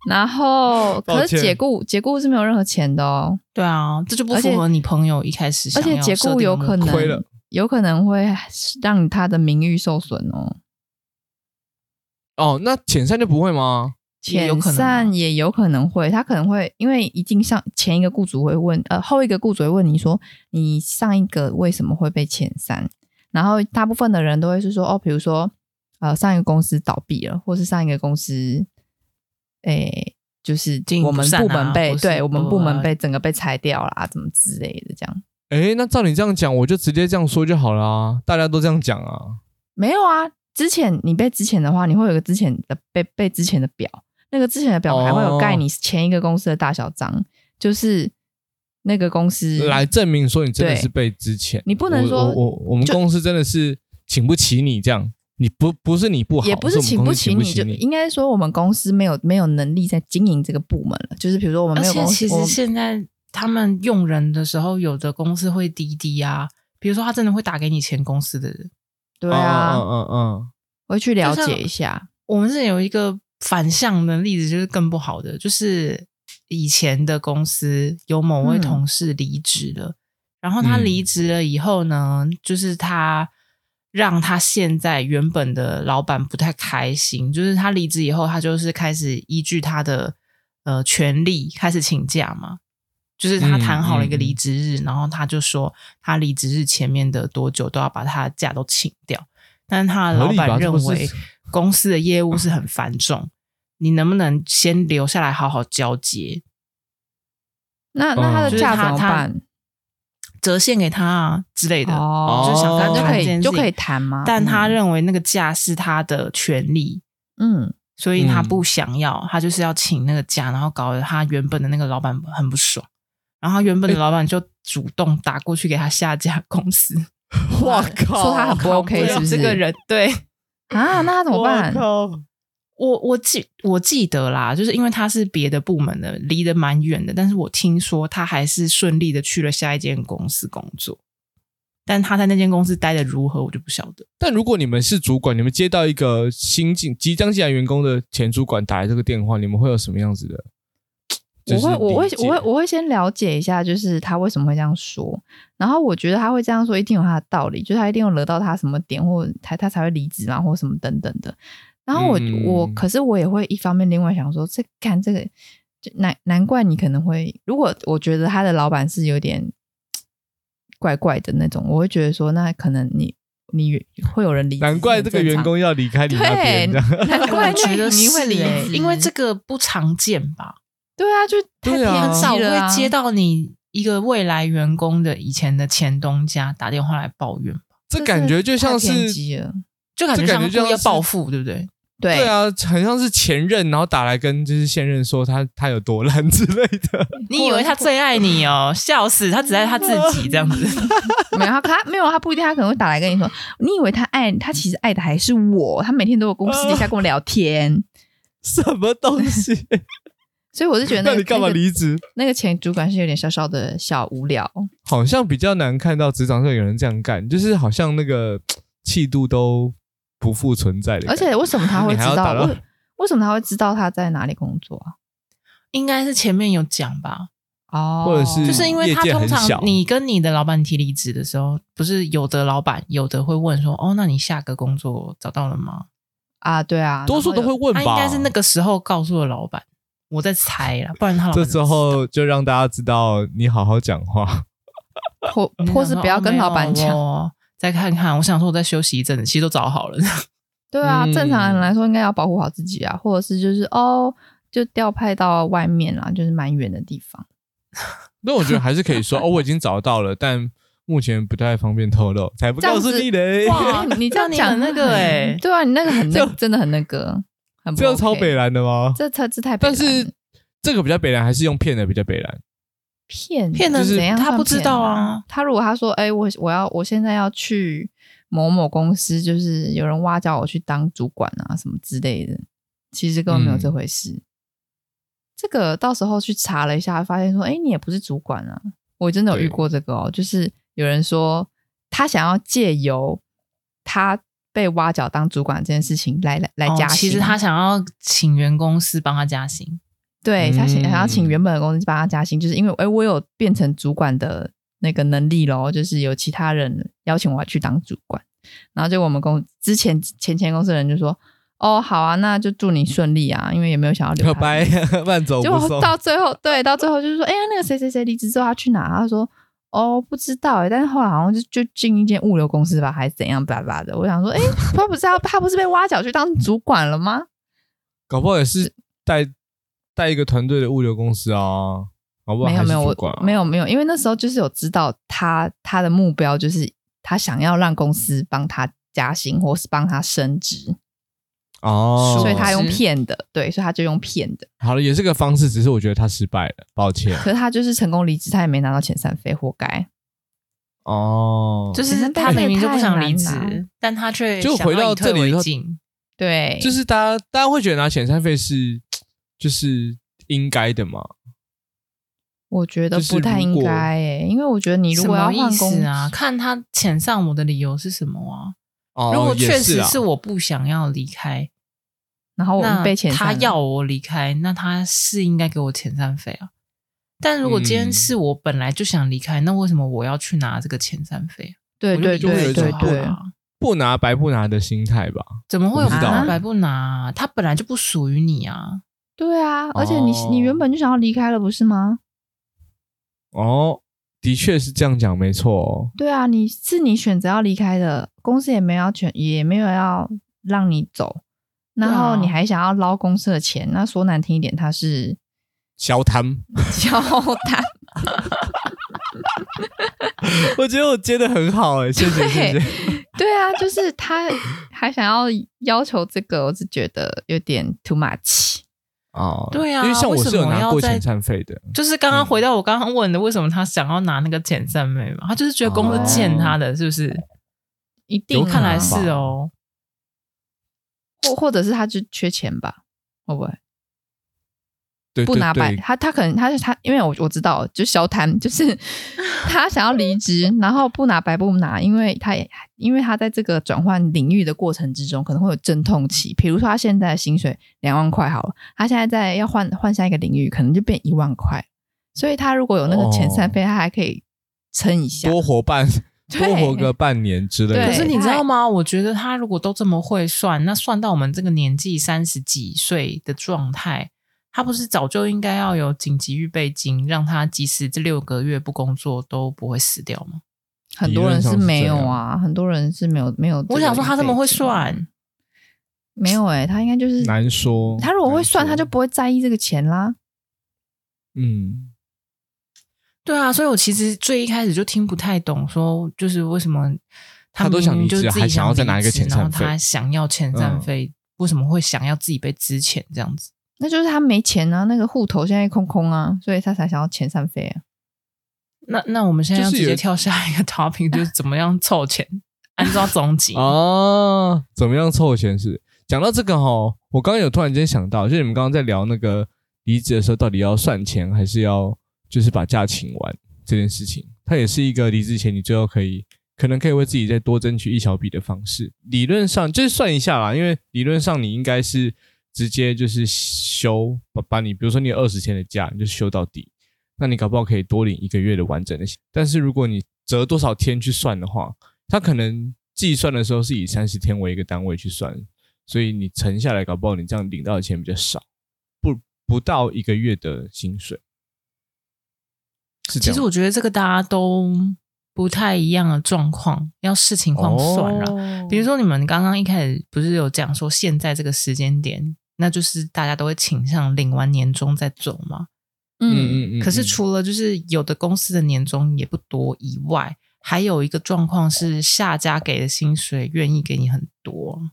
C: 然后，
A: 抱
C: 可是
A: 歉
C: 解雇解雇是没有任何钱的哦，
B: 对啊，这就不
C: 而且
B: 符合你朋友一开始想
C: 而且
B: 要
C: 解
B: 设
C: 雇
B: 定
C: 有
B: 的
C: 可
B: 目标
A: 亏了
C: 能有可能会让他的名誉受损哦，
A: 哦，那遣散就不会吗？
B: 也有
C: 遣
B: 可能啊
C: 散也有可能会，他可能会因为一定上前一个雇主会问，呃，后一个雇主会问你说你上一个为什么会被遣散，然后大部分的人都会是说哦，比如说呃上一个公司倒闭了，或是上一个公司，诶、就是
B: 经营
C: 我们
B: 不善
C: 部
B: 啊
C: 门被、
B: 或是
C: 对我们部门
B: 呃
C: 被整个被裁掉啦，怎么之类的这样。
A: 诶，那照你这样讲，我就直接这样说就好了啊！大家都这样讲啊，
C: 没有啊，之前你被之前的话，你会有个之前的被被之前的表，那个之前的表
A: 哦
C: 还会有盖你前一个公司的大小章，就是那个公司
A: 来证明说你真的
C: 嗯对
A: 是被之前，
C: 你不能
A: 我
C: 说
A: 我我我们
C: 就
A: 公司真的是请不起你这样，你不不是你不好，
C: 也不
A: 是我
C: 是
A: 们
C: 请
A: 公
C: 不
A: 司
C: 起
A: 请不
C: 你，
A: 起
C: 就应该说我们公司没有没有能力在经营这个部门了。就是比如说我们
B: 而
C: 没有
B: 且
C: 公
B: 其，
C: 司我
B: 实
C: 们
B: 现在他们用人的时候，有的公司会滴滴啊，比如说他真的会打给你前公司的人。
C: 对啊，
A: 嗯嗯嗯
C: 我会去了
B: 就像
C: 解一下。
B: 我们是有一个反向的例子，就是更不好的，就是以前的公司有某位
C: 嗯
B: 同事离职了，然后他
A: 嗯
B: 离职了以后呢，就是他让他现在原本的老板不太开心，就是他离职以后，他就是开始依据他的呃权利开始请假嘛。就是他
A: 嗯
B: 谈好了一个
A: 嗯嗯
B: 离职日，然后他就说他离职日前面的多久都要把他的假都请掉，但是他的
A: 合
B: 老
A: 理
B: 板
A: 吧这
B: 认
A: 不是
B: 为公司的业务是很繁重，你能不能先留下来好好交接？
C: 那那他
A: 嗯
C: 的
B: 就是
C: 价
B: 他
C: 怎么
B: 他
C: 办？
B: 折现给他啊之类的。
C: 哦，
B: 就是想
A: 哦
B: 跟
C: 就
B: 他
C: 可
B: 谈这件事
C: 以就可以
B: 情
C: 谈吗？
B: 但他
C: 嗯
B: 认为那个假是他的权利，
C: 嗯
B: 所以他
A: 嗯
B: 不想要，他就是要请那个假，然后搞得他原本的那个老板很不爽，然后他原本的老板就主动打过去给他下架公司。
A: 嗯，哇靠，
C: 说他很不 OK 是不是
B: 这个人对。
C: 啊，那他怎么办？
B: 我我记我记得啦，就是因为他是别的部门的，离得蛮远的，但是我听说他还是顺利的去了下一间公司工作。但他在那间公司待的如何，我就不晓得。
A: 但如果你们是主管，你们接到一个新进即将进来员工的前主管打来这个电话，你们会有什么样子的？
C: 我会，我会
A: 就，是理
C: 我
A: 解
C: 会，我会先了解一下，就是他为什么会这样说。然后我觉得他会这样说，一定有他的道理，就是他一定有惹到他什么点，或他他才会离职嘛，或什么等等的。然后我、
A: 嗯
C: 我，可是我也会一方面另外想说，这看这个，就难难怪你可能会，如果我觉得他的老板是有点怪怪的那种，我会觉得说，那可能你你会有人离职，
A: 难怪这个员工要离开你那
C: 对，
A: 边，这样
C: 难 怪
B: 我觉得
C: 你
B: 是
C: 会离
B: 欸
C: 职，
B: 因为这个不常见吧，
C: 对啊，就太
A: 对
C: 偏
A: 啊
B: 很少
C: 激了啊
B: 会接到你一个未来员工的以前的前东家打电话来抱怨吧，
A: 这感觉就像
C: 太偏
A: 是
C: 激了
B: 就感觉
A: 这感
B: 像
A: 觉就像
B: 要
A: 是
B: 报复，对不对？
C: 对
A: 对啊，很像是前任，然后打来跟就是现任说他他有多烂之类的。
B: 你以为他最爱你哦？笑死，他只爱他自己这样子。
C: 没有他，他没有他不一定，他可能会打来跟你说，你以为他爱他，其实爱的还是我，他每天都有公
A: 啊
C: 司底下跟我聊天，
A: 什么东西？
C: 所以我是觉得那
A: 那
C: 个
A: 你干嘛离职？
C: 那个前主管是有点稍稍的小无聊，
A: 好像比较难看到职场上有人这样干，就是好像那个气度都不复存在的
C: 而
A: 感觉。
C: 且为什么他会知
A: 你还要
C: 道
A: 打到
C: 为为什么他会知道他在哪里工作啊？
B: 应该是前面有讲吧，
C: 哦，
A: 或者是
B: 就是因为
A: 嗯业
B: 他
A: 界
B: 通
A: 很
B: 常
A: 小
B: 你跟你的老板提离职的时候，不是有的老板有的会问说，哦，那你下个工作找到了吗？
C: 啊，对啊，
A: 多数都会问
B: 他
A: 吧，
B: 应该是那个时候告诉了老板，我在 猜啦，不然他老板
A: 这时候就让大家知道你好好讲话。
C: 然后
B: 怎
C: 有
A: 嗯
B: 么知道
C: 或或是不
A: 啊
C: 要跟老板。
B: 哦没
C: 讲
B: 有，我再看看，我想说我再休息一阵子，其实都找好了。
C: 对啊，
A: 嗯
C: 正常人来说应该要保护好自己啊，或者是就是哦，就调派到外面啦，就是蛮远的地方。
A: 那我觉得还是可以说哦，我已经找到了，但目前不太方便透露，才不
C: 这样
A: 告
C: 子
A: 诉你嘞。
B: 哇
C: 哎 你这样
B: 哦那你
C: 讲
B: 很那个欸
C: 对啊，你那个很那
A: 这
C: 真的很那个，很不
A: 这样超
C: OK
A: 北蓝的吗？
C: 这才这太北
A: 但
C: 蓝了，
A: 是这个比较北蓝，还是用骗的比较北蓝。
C: 骗
B: 骗
C: 的
B: 人
C: 怎样？
B: 他不知道啊。
C: 他如果他说：“哎、我我要我现在要去某某公司，就是有人挖角我去当主管啊，什么之类的。”其实根本没
B: 嗯
C: 有这回事。这个到时候去查了一下，发现说：“哎、你也不是主管啊。”我真的有遇
A: 对
C: 过这个哦，就是有人说他想要借由他被挖角当主管这件事情来来来加
B: 哦
C: 薪、
B: 其实他想要请原公司帮他加薪，
C: 对他请
A: 嗯
C: 想要请原本的公司帮他加薪，就是因为哎、诶我有变成主管的那个能力咯，就是有其他人邀请我去当主管，然后就我们公之前前前公司的人就说，哦，好啊，那就祝你顺利啊，因为也没有想要留
A: 可
C: 他。
A: 白慢走
C: 结
A: 不
C: 果
A: 送。
C: 到最后，对，到最后就是说，哎、呀，那个谁谁谁离职之后他去哪？他说，哦，不知道、欸，但是后来好像就就进一间物流公司吧，还是怎样，巴拉巴拉的。我想说，哎、他不是要他不是被挖角去当主管了吗？
A: 搞不好也
C: 嗯
A: 是带带一个团队的物流公司啊，搞不好
C: 没有
A: 还是
C: 没有，
A: 主
C: 我
A: 管啊
C: 没有没有，因为那时候就是有知道他他的目标就是他想要让公司帮他加薪或是帮他升职，
A: 哦，
C: 所以他
B: 有
C: 用
B: 是
C: 骗的，对，所以他就用骗的。
A: 好了，也是个方式，只是我觉得他失败了，抱 歉
C: 可是他就是成功离职，他也没拿到遣散费，活该。
A: 哦。
B: 就
C: 其实
B: 是
C: 被
B: 他明明就不想离
C: 太难
B: 职，但他却
A: 就
B: 想
A: 回
B: 要
A: 到
B: 以退
A: 这里
B: 为
A: 的
B: 进。
C: 对，
A: 就是大家大家会觉得拿遣散费是就是应该的嘛？
C: 我觉得
A: 就是
C: 不太
A: 如
C: 应
A: 果
C: 该诶、因为我觉得你如
B: 什
C: 果要
B: 么意
C: 换工
B: 思啊？看他遣散我的理由是什么啊？
A: 哦，
B: 如果确
A: 也
B: 实
A: 啊
B: 是我不想要离开，
C: 然后我
B: 那
C: 哦们被遣
B: 他
C: 散了，
B: 要我离开，那他是应该给我遣散费啊。但如果今天
A: 嗯
B: 是我本来就想离开，那为什么我要去拿这个遣散费啊？我
C: 对
B: 就离开
C: 对对
A: 有一
B: 就
C: 对
A: 种
B: 好
C: 对
B: 了，啊
A: 不拿白不拿的心态吧？
B: 怎么会有
A: 我不
B: 白
A: 知道
B: 拿
A: 啊
B: 白不拿啊？他本来就不属于你啊！
C: 对啊！而且你你
A: 哦
C: 原本就想要离开了，不是吗？
A: 哦，的确是这样讲，没错、哦。
C: 对啊，你是你选择要离开的，公司也没有要全，也没有要让你走，
B: 啊
C: 然后你还想要捞公司的钱，那说难听一点，他是
A: 小谈，
C: 敲打。
A: 我觉得我接的很好哎、谢谢谢
C: 对
A: 谢。
C: 对啊，就是他还想要要求这个，我是觉得有点 too much。
A: 哦，
B: 对啊
A: 因为像我
B: 为什
A: 是有
B: 么
A: 拿
B: 要
A: 过
B: 在
A: 遣散费的，
B: 就是刚刚
A: 嗯
B: 回到我刚刚问的，为什么他想要拿那个遣散费嘛？他就是觉得公司欠他的，是不是？
C: 一定、
A: 哦
C: 啊、
A: 有可
B: 看
A: 能
B: 来是哦，
C: 或或者是他就缺钱吧，会不会？
A: 对
C: 不
A: 对
C: 拿白，
A: 对
C: 他他可能他是他，因为我我知道，就消贪，就是 他想要离职，然后不拿白不拿，因为他也因为他在这个转换领域的过程之中，可能会有阵痛期。比如说他现在的薪水两万块好了，他现在在要换换下一个领域，可能就变一万块，所以他如果有那个遣散费，他还可以撑一下。
A: 哦多活半
C: 对
A: 多活个半年之类的。
C: 对
B: 可是你
C: 他
B: 知道吗？我觉得他如果都这么会算，那算到我们这个年纪三十几岁的状态，他不是早就应该要有紧急预备金，让他即使这六个月不工作都不会死掉吗？
C: 很多人是没有啊，很多人是没有没有这个
B: 我
C: 预备金。
B: 想说他这么会算，
C: 没有哎、他应该就是
A: 难说，
C: 他如果会算，
A: 难
C: 他
A: 说
C: 就不会在意这个钱啦。
A: 嗯，
B: 对啊，所以我其实最一开始就听不太懂，说就是为什么
A: 他都
B: 明
A: 想
B: 明
A: 离
B: 就是
A: 职啊
B: 自
A: 还
B: 己
A: 想要再
B: 离
A: 拿一个
B: 职
A: 遣
B: 然后
A: 散费
B: 他想要遣散
A: 嗯
B: 费，为什么会想要自己被支遣这样子？
C: 那就是他没钱啊，那个户头现在空空啊，所以他才想要遣散费啊。
B: 那那我们现在要
A: 就是
B: 直
A: 有
B: 接跳下一个 topic，就是怎么样凑钱，按照总级。
A: 哦，怎么样凑钱是？讲到这个哈，我刚刚有突然间想到，就是你们刚刚在聊那个离职的时候，到底要算钱还是要就是把假请完这件事情，它也是一个离职前你最后可以可能可以为自己再多争取一小笔的方式。理论上就是算一下啦，因为理论上你应该是直接就是休把把你，比如说你有二十天的假，你就休到底，那你搞不好可以多领一个月的完整的薪。但是如果你折多少天去算的话，它可能计算的时候是以三十天为一个单位去算，所以你乘下来，搞不好你这样领到的钱比较少，不不到一个月的薪水，是这
B: 其
A: 样
B: 实
A: 吗。
B: 我觉得这个大家都不太一样的状况，要视情况算了。
A: 哦
B: 比如说你们刚刚一开始不是有讲说现在这个时间点，那就是大家都会倾向领完年终再走嘛。
C: 嗯，
A: 嗯嗯嗯，
B: 可是
A: 嗯
B: 除了就是有的公司的年终也不多以外，还有一个状况是下家给的薪水愿意给你很多。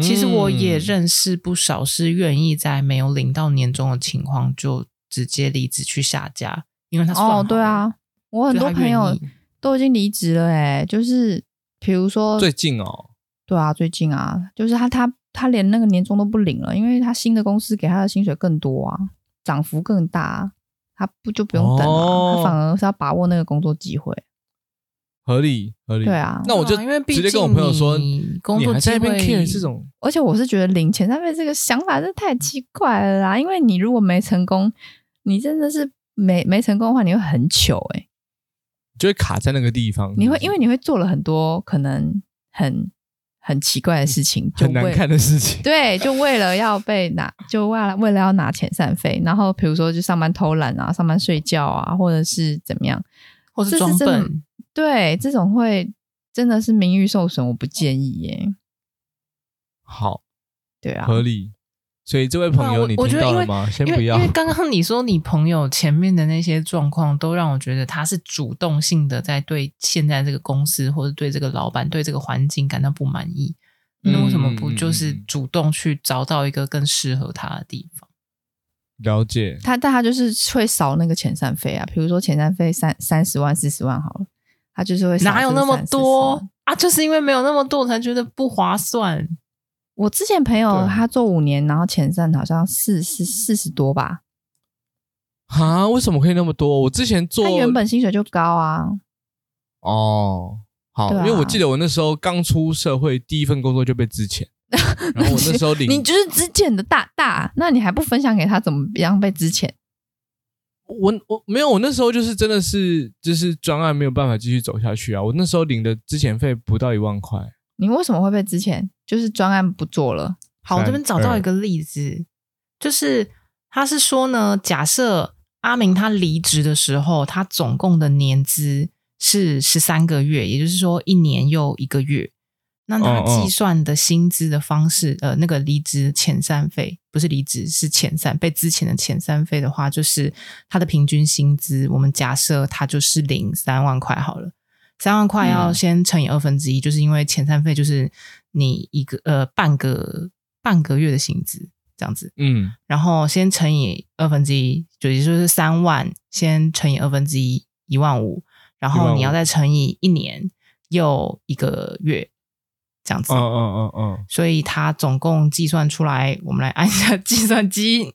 B: 其实我
A: 嗯
B: 也认识不少是愿意在没有领到年终的情况就直接离职去下家，因为他算好
C: 哦，对啊，我
B: 了，
C: 很
B: 就
C: 多
B: 他
C: 朋
B: 愿意
C: 友都已经离职了、欸，哎，就是比如说，
A: 最近哦，
C: 对啊，最近啊，就是他他他连那个年终都不领了，因为他新的公司给他的薪水更多啊，涨幅更大、啊，他不就不用等了、
A: 哦
C: 他反而是要把握那个工作机会。
A: 合理合理。
C: 对啊
A: 那我就
B: 对啊因为毕
A: 直接跟我
B: 竟
A: 朋友说，
B: 你工作
A: 你还在那边
B: 机会
A: care 这种，
C: 而且我是觉得领遣散费这个想法真的太奇怪了啦，因为你如果没成功，你真的是没没成功的话，你会很糗哎、
A: 就会卡在那个地方，
C: 你会
A: 是不是
C: 因为你会做了很多可能很很奇怪的事情，就
A: 很难
C: 为
A: 看的事
B: 啊
A: 情，
C: 对，就为了要被拿，就为了为了要拿遣散费，然后比如说就上班偷懒啊，上班睡觉啊，或者是怎么样，
B: 或是
C: 这是
B: 装
C: 真的
B: 笨，
C: 对，这种会真的是名誉受损，我不建议耶。
A: 好
C: 对啊，
A: 合理。所以这位朋
B: 那
A: 友，
B: 啊我
A: 你
B: 我觉
A: 听
B: 得
A: 到
B: 因
A: 了
B: 为
A: 吗？先
B: 因
A: 不
B: 为
A: 要
B: 因为刚刚你说你朋友前面的那些状况，都让我觉得他是主动性的在对现在这个公司或者对这个老板、对这个环境感到不满意。那为什么不
A: 嗯嗯嗯
B: 就是
A: 嗯
B: 主动去找到一个更适合他的地方？
A: 了解，
C: 他但他就是会少那个遣散费啊，比如说遣散费三三十万、四十万好了，他就是会少
B: 哪有
C: 这
B: 那么
C: 30-40
B: 多
C: 万？
B: 啊？就是因为没有那么多，我才觉得不划算。
C: 我之前朋友
A: 对
C: 他做五年，然后遣散好像四四四十多吧，
A: 啊，为什么可以那么多？我之前做
C: 他原本薪水就高啊，
A: 哦，好，
C: 对啊
A: 因为我记得我那时候刚出社会，第一份工作就被支遣， 然后我那时候领，
C: 你就是之前的大大，那你还不分享给他怎么样被之前？
A: 我我没有，我那时候就是真的是就是专案没有办法继续走下去啊，我那时候领的支遣费不到一万块，
C: 你为什么会被之前？就是专案不做了，
B: 好，我这
A: 三
B: 边找到
A: 二
B: 一个例子，就是他是说呢，假设阿明他离职的时候，他总共的年资是十三个月，也就是说一年又一个月。那他
A: 哦哦
B: 计算的薪资的方式，呃，那个离职遣散费不是离职是遣散被之前的遣散费的话，就是他的平均薪资，我们假设他就是领三万块好了。三万块要
C: 嗯
B: 先乘以二分之一，就是因为遣散费就是你一个呃半个半个月的薪资这样子，
A: 嗯，
B: 然后先乘以二分之一，就也就是三万，先乘以二分之一，一万五，然后你
A: 15,000
B: 要再乘以一年又一个月这样子，
A: 嗯嗯嗯嗯，
B: 所以它总共计算出来，我们来按一下计算机，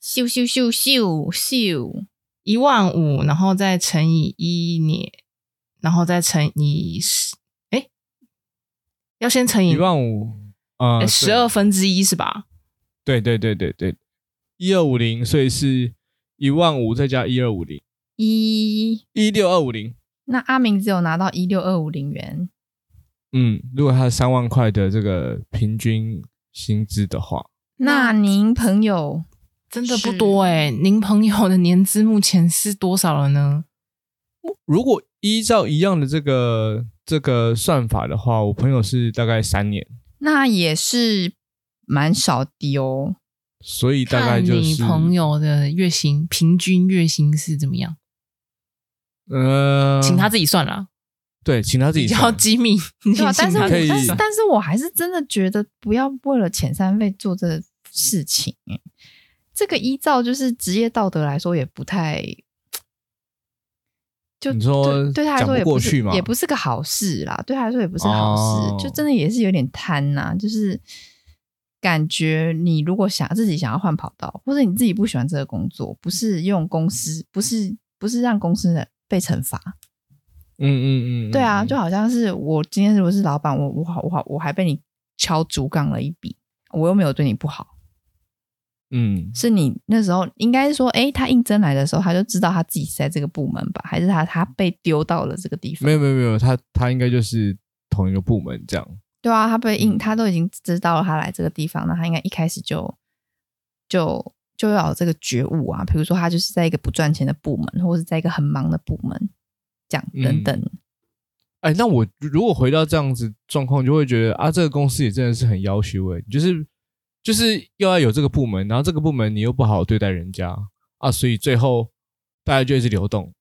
C: 咻咻咻咻咻，
B: 一万五，然后再乘以一年，然后再乘以十，哎，要先乘
C: 嗯
B: 以
A: 一万五，呃，
B: 十二分之一是吧？
A: 对，对对对对对，一二五零，所以是一万五再加一二五零，
C: 一。
A: 一六二五零。
C: 那阿明只有拿到一六二五零元，
A: 嗯，如果他三万块的这个平均薪资的话，
C: 那您朋友
B: 真的不
C: 是
B: 多哎、您朋友的年资目前是多少了呢？
A: 如果依照一样的这个这个算法的话，我朋友是大概三年，
C: 那也是蛮少的哦。
A: 所以大概
B: 看
A: 就
B: 你
A: 是
B: 朋友的月薪平均月薪是怎么样，
A: 呃，
B: 请他自己算啦，
A: 对，请他自己
B: 比较
A: 算
B: 机密。你
C: 对啊，但是我
A: 可以
C: 但是但是我还是真的觉得不要为了遣散费做这事情。欸这个依照就是职业道德来说，也不太就
A: 你说
C: 对对他来
A: 哦讲
C: 说
A: 不
C: 也
A: 过
C: 是
A: 去嘛
C: 也不是个好事啦。对他来说也不是好事，
A: 哦
C: 就真的也是有点贪呐、就是感觉你如果想自己想要换跑道，或者你自己不喜欢这个工作，不是用公司，不是不是让公司被惩罚，
A: 嗯嗯嗯，嗯
C: 对啊，
A: 嗯
C: 就好像是我今天如果是老板，我我好我好我还被你敲竹杠了一笔，我又没有对你不好，
A: 嗯，
C: 是你那时候应该是说，诶，他应征来的时候他就知道他自己是在这个部门吧，还是他他被丢到了这个地方
A: 没？有没有没有，他他应该就是同一个部门这样，
C: 对啊，他被应
A: 嗯
C: 他都已经知道了他来这个地方，那他应该一开始就就就要有这个觉悟啊，比如说他就是在一个不赚钱的部门，或是在一个很忙的部门，这样
A: 嗯
C: 等等。
A: 哎，那我如果回到这样子状况，就会觉得啊，这个公司也真的是很要求哎，就是就是又要有这个部门，然后这个部门你又不好好对待人家啊，所以最后大家就一直流动，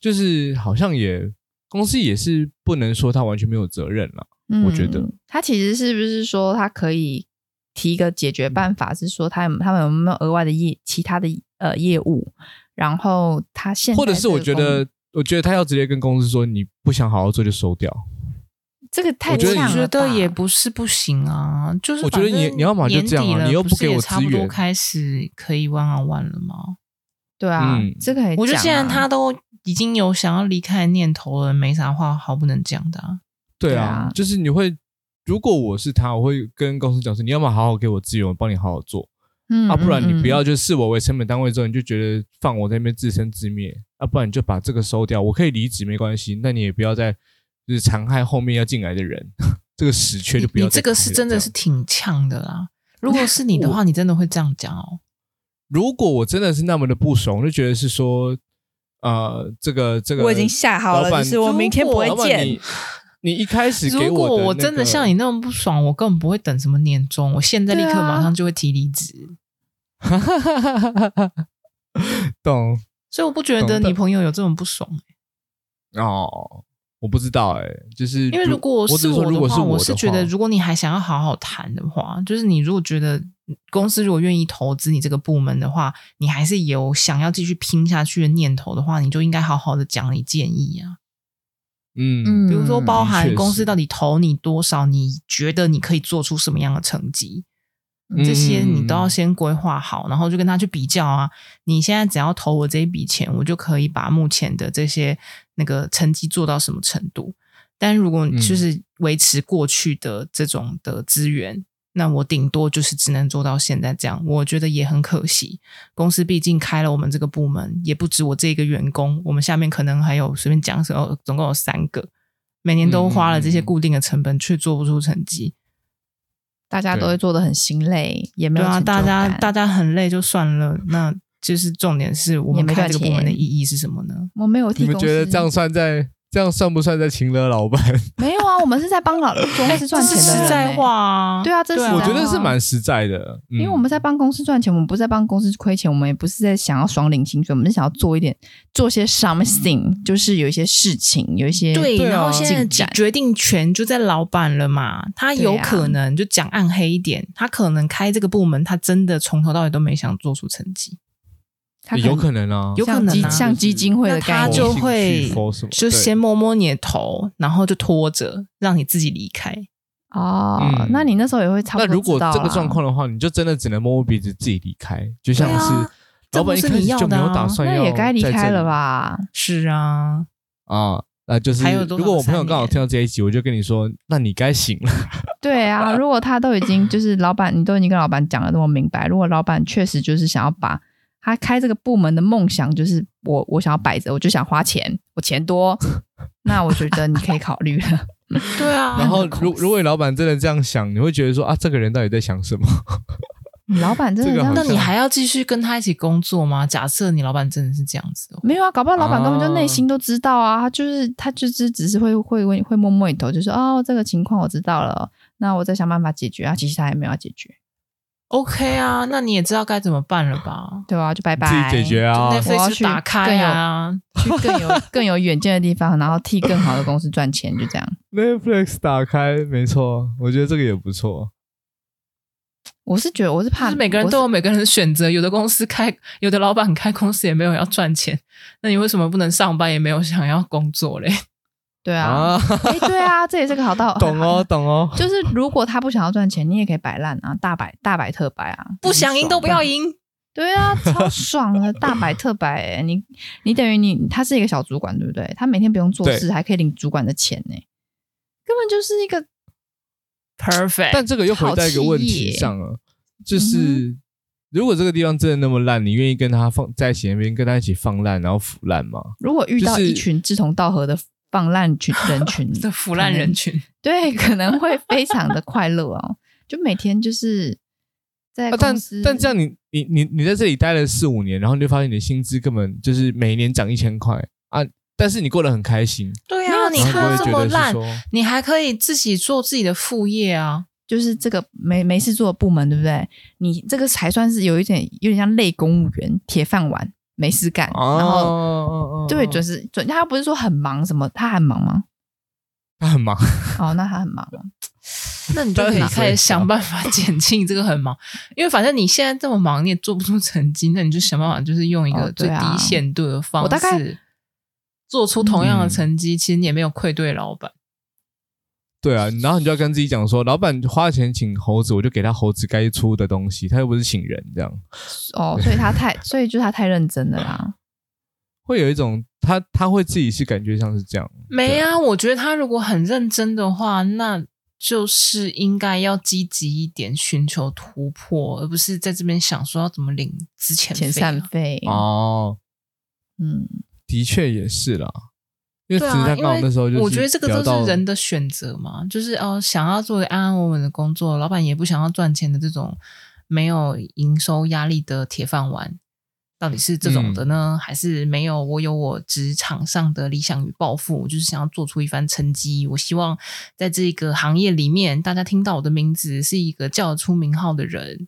A: 就是好像也公司也是不能说他完全没有责任啦，我觉得
C: 嗯他其实是不是说他可以提一个解决办法，是说他有他们有没有额外的业其他的呃业务，然后他现在
A: 或者是我
C: 这
A: 觉
C: 个工
A: 得，我觉得他要直接跟公司说你不想好好做就收掉，
C: 这个太
A: 我觉得你
C: 呛
B: 觉
C: 了吧
B: 得也不是不行啊，就是
A: 我觉得你
B: 反正
A: 你要么就这样啊
B: 年底了
A: 你又不
B: 不是
A: 给我
B: 也差不
A: 资
B: 多
A: 源
B: 开始可以 one on one 了吗？
C: 对啊，
A: 嗯
C: 这个也、
B: 我觉得既
C: 啊
B: 然他。都已经有想要离开的念头了，没啥话好不能讲的、 啊。
A: 对
C: 对
A: 啊
C: 啊，
A: 就是你会，如果我是他，我会跟公司讲说，你要么好好给我资源，我帮你好好做，
C: 嗯
A: 啊，不然你不要
C: 嗯嗯
A: 就视我为成本单位之后，你就觉得放我在那边自生自灭，啊，不然你就把这个收掉，我可以离职没关系，那你也不要再就是残害后面要进来的人， 这个死缺就不
B: 你
A: 要
B: 你
A: 再
B: 这个
A: 开
B: 是
A: 了
B: 真的
A: 样
B: 是挺呛的啦。如果是你的话，你真的会这样讲哦。
A: 如果我真的是那么的不爽，我就觉得是说，呃，这个这个
D: 我已经下好
A: 老
D: 了，
A: 板
D: 就是我明天不会
A: 老板
D: 见
A: 你。你一开始给
B: 如
A: 我
B: 果
A: 的
B: 我
A: 那
B: 真的
A: 个
B: 像你嗯那么不爽，我根本不会等什么年终，我现在立刻
C: 对啊
B: 马上就会提离职。
A: 哈哈哈哈哈哈，懂
B: 所以我不觉
A: 懂
B: 得
A: 但
B: 你朋友有这种不爽、
A: 哦？我不知道哎、就是
B: 因为如果
A: 我只
B: 是
A: 说
B: 我
A: 如
B: 的
A: 果是
B: 话，
A: 我
B: 我
A: 的
B: 是觉得，
A: 话
B: 如果你还想要好好谈的话，就是你如果觉得公司如果愿意投资你这个部门的话，你还是有想要继续拼下去的念头的话，你就应该好好的讲你建议啊。
A: 嗯
C: 嗯，
B: 比如说，包
A: 的确
B: 含
A: 是
B: 公司到底投你多少，你觉得你可以做出什么样的成绩，
A: 嗯
B: 这些你都要先规划好，然后就跟他去比较啊。你现在只要投我这一笔钱，我就可以把目前的这些那个成绩做到什么程度。但如果
A: 嗯
B: 就是维持过去的这种的资源，那我顶多就是只能做到现在这样，我觉得也很可惜。公司毕竟开了我们这个部门，也不止我这一个员工，我们下面可能还有随便讲什么，总共有三个，每年都花了这
A: 嗯
B: 些固定的成本，却做不出成绩。
C: 大家都会做的很心累，也没
B: 对
C: 有
B: 啊，
C: 成就
B: 大家
C: 感
B: 大家很累就算了，那就是重点是我
C: 也
B: 们
C: 没
B: 开
C: 赚
B: 这个部门的
C: 钱
B: 意义是什么呢？
C: 我没有替
A: 你们
C: 公司
A: 觉得这样算在这样算不算在情勒老板？
C: 没有啊？我们是在帮老公司赚
B: 这
C: 钱
B: 是
C: 的人
B: 实在
C: 欸
B: 话啊，
C: 对啊这是
A: 我
C: 实
A: 觉
C: 在
A: 得
C: 话
A: 是蛮实在的，嗯因
C: 因为我们在帮公司赚钱，我们不是在帮公司亏钱，我们也不是在想要爽领薪水，我们是想要做一点，做些
A: 嗯
C: something，就是有一些事情，有一些
B: 对，
A: 对
B: 然后
A: 啊
B: 现在
C: 进展
B: 决定权就在老板了嘛，他有
C: 对啊
B: 可能就讲暗黑一点，他可能开这个部门，他真的从头到尾都没想做出成绩，
C: 他
A: 有可能啊，哦
B: 有可能啊
C: 像基像基金会的
B: 那他
C: 概念，
B: 就
A: 佛
B: 会
A: 系佛什么
B: 就
A: 对
B: 先摸摸你的头，然后就拖着让你自己离开。
C: 哦，
A: 嗯
C: 那你那时候也会差不
A: 那
C: 多、啊
A: 如果这个状，况的话，你就真的只能摸摸鼻子自己离开，就像
B: 对啊
A: 是老板一开
B: 这不是
A: 始
B: 你要的啊
A: 就没有打算
C: 那
A: 要
C: 也该离开了吧？
B: 是啊，
A: 啊。那就是
B: 还有，多少
A: 如果我朋友
B: 三
A: 刚好
B: 年
A: 听到这一集，我就跟你说，那你该醒 了。
C: 对啊，如果他都已经就是老板，你都已经跟老板讲的那么明白，如果老板确实就是想要把他开这个部门的梦想，就是我我想要摆着，我就想花钱，我钱多， 那我觉得你可以考虑了。
B: 对啊
A: 然后，如如果你老板真的这样想，你会觉得说啊，这个人到底在想什么？
C: 你老板真的
A: 这个
C: 样
A: 好
B: 那
C: 子
A: 像
B: 你还要继续跟他一起工作吗？假设你老板真的是这样子的话，
C: 没有啊，搞不好老板根本就内心都知道啊，他就是他就是只是会会问会摸摸你头，就说哦这个情况我知道了，那我再想办法解决啊，其实他也没有要解决，
B: OK 啊，那你也知道该怎么办了吧？
C: 对啊，就拜
A: 自
C: 拜，
A: 己解决
B: 就
A: 啊。
C: 我要
B: Netflix
C: 去
B: 就打开啊，
C: 去更有更有远见的地方，然后替更好的公司赚钱，就这样。
A: Netflix 打开，没错，我觉得这个也不错。
C: 我是觉得我是
B: 就
C: 怕
B: 是每个人
C: 我是
B: 都有每个人的选择，有的公司开，有的老板开公司也没有要赚钱，那你为什么不能上班，也没有想要工作嘞？
C: 对啊，，哎、对啊，这也是个好道，
A: 懂哦，。懂哦。
C: 就是如果他不想要赚钱，你也可以摆烂啊，大摆大摆特摆啊，
B: 不想赢都不要
C: 赢。
B: 赢，
C: 对啊，超爽的，大摆特摆、欸。你你等于你他是一个小主管，对不对？他每天不用做
A: 对
C: 事，还可以领主管的钱呢、根本就是一个
B: perfect。，
A: 但这个又回到一个问
C: 好气
A: 题
C: 耶
A: 上了，就是、嗯如果这个地方真的那么烂，你愿意跟他放在一起那边跟他一起放烂，然后腐烂吗？
C: 如果遇到
A: 就是
C: 一群志同道合的放烂群 人群
B: 的腐烂人群，
C: 对，可能会非常的快乐哦。就每天就是在
A: 啊、但
C: 公司，
A: 但这样你你你你在这里待了四五年，然后你就发现你的薪资根本就是每年涨一千块啊，但是你过得很开心，
B: 对
C: 没
B: 啊，
C: 有
B: 你
A: 然后
B: 看
A: 你
B: 这
A: 不
B: 么
A: 会觉得是
B: 烂，
A: 说
B: 你还可以自己做自己的副业啊。
C: 就是这个没没事做的部门，对不对？你这个才算是有一点有点像类公务员，铁饭碗，没事干，然后
A: 哦，
C: 对，
A: 就
C: 就是准。他不是说很忙什么，他很忙吗？
A: 他很忙，
C: 哦，那他很忙哦。
B: 那你就可以
A: 当然
B: 开始想办法 减轻这个很忙，因为反正你现在这么忙，你也做不出成绩，那你就想办法就是用一个
C: 哦
B: 最
C: 对啊
B: 低限度的方
C: 我大概
B: 式，做出同样的
A: 嗯
B: 成绩，其实你也没有愧对老板。
A: 对啊，然后你就要跟自己讲说，老板花钱请猴子，我就给他猴子该出的东西，他又不是请人，这样
C: 哦，所以他太，所以就是他太认真了啦。
A: 会有一种他他会自己是感觉像是这样，
B: 没啊，我觉得他如果很认真的话，那就是应该要积极一点，寻求突破，而不是在这边想说要怎么领之前
C: 遣散费，
A: 哦，
C: 嗯，
A: 的确也是啦，因为
B: 对
A: 只是
B: 啊，
A: 他
B: 因
A: 刚好
B: 为
A: 那时候就是
B: 我觉得这个
A: 聊
B: 都
A: 到
B: 是人的选择嘛，就是哦，想要做个安安稳稳的工作，老板也不想要赚钱的这种没有营收压力的铁饭碗，到底是这种
A: 嗯
B: 的呢，还是没有我有我职场上的理想与抱负，我就是想要做出一番成绩，我希望在这个行业里面，大家听到我的名字是一个叫得出名号的人。